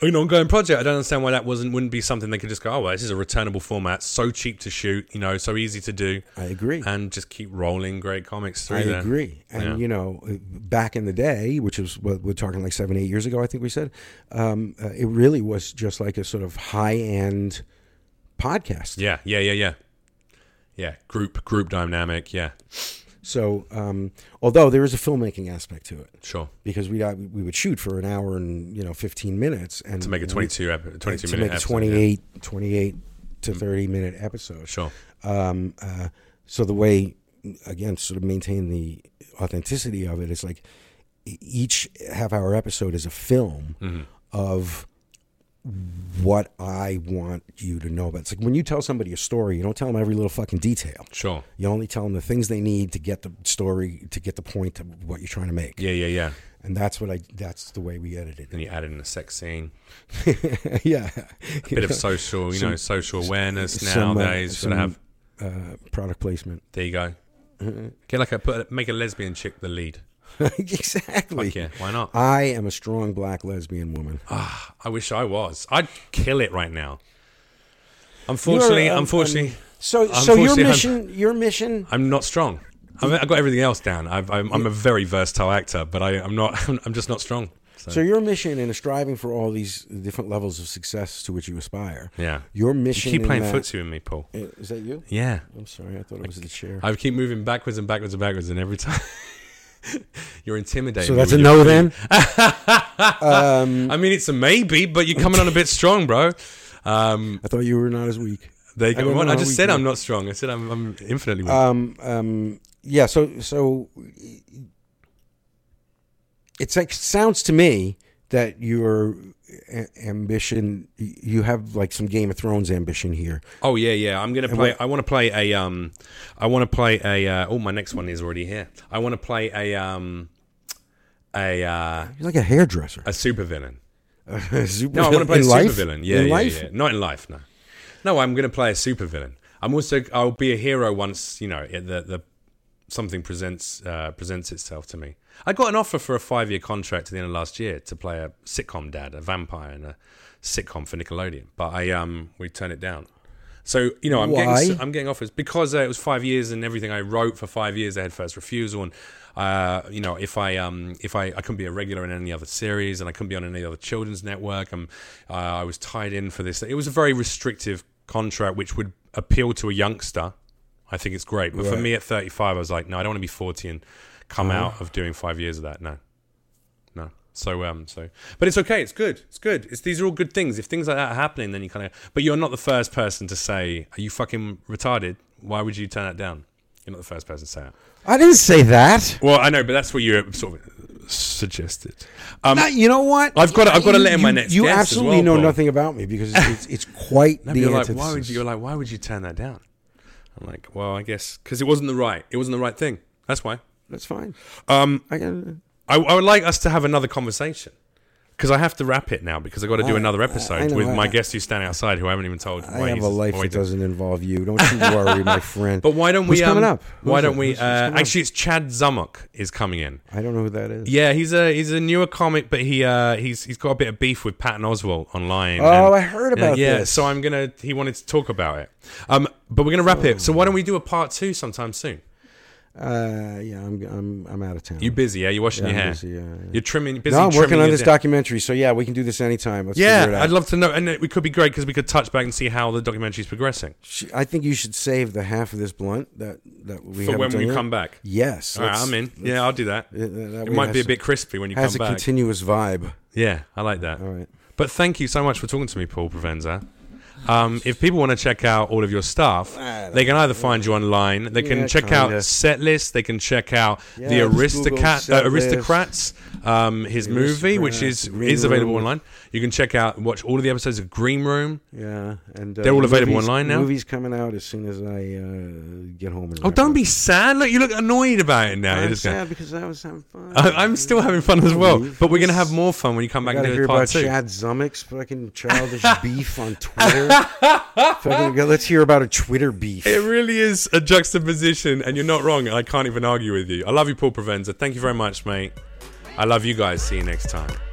A: An ongoing project. I don't understand why that wasn't wouldn't be something they could just go. Oh, well, this is a returnable format, so cheap to shoot, you know, so easy to do,
B: I agree.
A: and just keep rolling great comics through
B: I
A: there.
B: agree. And
A: Yeah.
B: you know, back in the day, which is what we're talking like seven, eight years ago, I think we said, um, uh, it really was just like a sort of high end podcast.
A: Yeah, yeah, yeah, yeah, yeah. Group group dynamic. Yeah,
B: So, um, although there is a filmmaking aspect to it,
A: sure.
B: because we got, we would shoot for an hour and you know fifteen minutes, and
A: To make a
B: we-
A: 22 epi- 22
B: to
A: minute
B: make a
A: episode, Mm.
B: 28, 28 to thirty minute episode.
A: Sure.
B: um, uh, so the way again sort of maintain the authenticity of it is like e- each half hour episode is a film
A: Mm-hmm.
B: of what I want you to know about. It's like when you tell somebody a story, you don't tell them every little fucking detail.
A: Sure.
B: You only tell them the things they need to get the story, to get the point of what you're trying to make.
A: Yeah, yeah, yeah.
B: And that's what I, that's the way we edited
A: Then you add in a sex scene,
B: it. yeah.
A: a bit of social, you know, social awareness
B: Some, uh,
A: nowadays. Should
B: some,
A: have.
B: uh, product placement.
A: There you go. Get like a put, make a lesbian chick the lead.
B: exactly.
A: Fuck yeah, why not? Uh,
B: I am a strong black lesbian woman.
A: I wish I was. I'd kill it right now. Unfortunately,
B: You're, um,
A: unfortunately,
B: um, so so your
A: unfortunately, I'm-
B: mission, your mission.
A: I'm not strong. I've, I've got everything else down. I've, I'm, I'm a very versatile actor, but I, I'm not. I'm just not strong. So,
B: So your mission in striving for all these different levels of success to which you aspire.
A: yeah.
B: Your
A: You
B: mission.
A: keep playing
B: in that,
A: footsie with me, Paul.
B: Eh, Is that you?
A: Yeah.
B: I'm sorry, I thought it was the chair.
A: I keep moving backwards and backwards and backwards, and every time you're intimidating.
B: so
A: me
B: that's a
A: with
B: no
A: your-
B: then. Um,
A: I mean, it's a maybe, but you're coming on a bit strong, bro. Um,
B: I thought you were not as weak.
A: there you
B: I don't
A: go. What?
B: know
A: I
B: how
A: just
B: we
A: said
B: do-
A: I'm not strong. I said I'm, I'm infinitely weak.
B: Um, um, yeah. So, so it's like sounds to me that your a- ambition, you have like some Game of Thrones ambition here.
A: oh yeah, yeah. I'm gonna play. I want to play a. Um, I want to play a. Uh, oh, my next one is already here. I want to play a. Um, a uh,
B: You're like a hairdresser.
A: a supervillain.
B: Super-
A: No, I want to play
B: in
A: a
B: life?
A: supervillain. Yeah,
B: in
A: yeah,
B: life?
A: yeah. Not in life, no. No, I'm going to play a supervillain. I'm also I'll be a hero once you know it- the the something presents uh, presents itself to me. I got an offer for a five year contract at the end of last year to play a sitcom dad, a vampire in a sitcom for Nickelodeon, but I um we turned it down. So you know I'm
B: Why?
A: getting I'm getting offers because uh, it was five years and everything I wrote for five years I had first refusal and uh, you know if I um if I, I couldn't be a regular in any other series and I couldn't be on any other children's network and uh, I was tied in for this it was a very restrictive contract which would appeal to a youngster I think it's great but for me at 35 I was like no I don't want to be 40 and come out of doing five years of that no no. So um so but it's okay, it's good. It's good. It's these are all good things. If things like that are happening then you kinda but you're not the first person to say, Are you fucking retarded? Why would you turn that down? You're not the first person to say that.
B: I didn't say that.
A: Well, I know, but that's what you sort of suggested. Um
B: Not- you know what?
A: I've gotta- I've gotta let in
B: You-
A: my next
B: You
A: guest as
B: absolutely
A: well,
B: know
A: Paul.
B: nothing about me because it's, it's quite
A: no, but
B: the
A: you're like,
B: antithesis.
A: why would you you're like, why would you turn that down? I'm like, well, I guess because it wasn't the right it wasn't the right thing. That's why.
B: That's fine.
A: Um
B: I can.
A: I, I would like us to have another conversation because I have to wrap it now because I've got to do another
B: I
A: episode
B: know,
A: with
B: I-
A: my guest who stand outside who I haven't even told.
B: I
A: why
B: have
A: he's-
B: a life
A: why
B: that
A: he-
B: doesn't involve you. Don't you worry, my friend.
A: But why don't
B: Who's
A: we?
B: coming
A: um,
B: up?
A: Why
B: Who's
A: don't
B: it?
A: we?
B: Who's- who's
A: Uh,
B: coming up?
A: actually, it's Chad Zummock is coming in.
B: I don't know who that is.
A: Yeah, he's a he's a newer comic, but he uh, he's he's got a bit of beef with Patton Oswalt online.
B: Oh,
A: and-
B: I heard about
A: yeah, yeah,
B: this.
A: so I'm gonna. He wanted to talk about it, um, but we're gonna wrap it. So why don't we do a part two sometime soon?
B: Uh, yeah, I'm I'm I'm out of town.
A: You busy? Yeah, you're washing
B: Yeah,
A: your
B: I'm
A: hair.
B: busy, uh, yeah, yeah.
A: You're trimming. Busy
B: no, I'm working
A: trimming
B: on
A: your
B: this
A: da-
B: documentary, so yeah, we can do this anytime. Let's figure it
A: Yeah,
B: out.
A: I'd love to know, and it could be great because we could touch back and see how the documentary's progressing
B: Sh- I think you should save the half of this blunt that that we
A: for
B: haven't
A: when
B: done
A: we
B: yet.
A: come back.
B: Yes,
A: All right,
B: let's-
A: I'm in. Yeah, I'll do that.
B: uh, that
A: It
B: way
A: might be a
B: has-
A: bit crispy when you come
B: has a
A: back.
B: continuous vibe.
A: Yeah, I like that.
B: All right.
A: But thank you so much for talking to me, Paul Provenza. Um, if people want to check out all of your stuff,
B: I
A: they can either find you online, they can
B: Yeah,
A: check out
B: kinda.
A: Setlist, they can check out
B: Yeah,
A: the
B: just Google
A: Aristocat, uh,
B: Setlist.
A: Aristocrats, um, his movie, which is
B: Aristocrats,
A: is
B: Green
A: available
B: Room.
A: online. You can check out, watch all of the episodes of Green Room.
B: Yeah, and uh,
A: They're all available
B: movies-
A: online now?
B: Movies coming out as soon as I uh, get home. And
A: Oh, don't be sad! Look, you look annoyed about it now. You're
B: I'm
A: just going,
B: sad because I was having fun.
A: I, I'm still having fun as well, but we're going to have more fun when you come
B: I
A: back and
B: gotta
A: do
B: hear
A: it
B: about
A: part two.
B: Chad Zummick's fucking childish beef on Twitter. Fucking- let's hear about a Twitter beef.
A: It really is a juxtaposition, and you're not wrong. and I can't even argue with you. I love you, Paul Provenza. Thank you very much, mate. I love you guys. See you next time.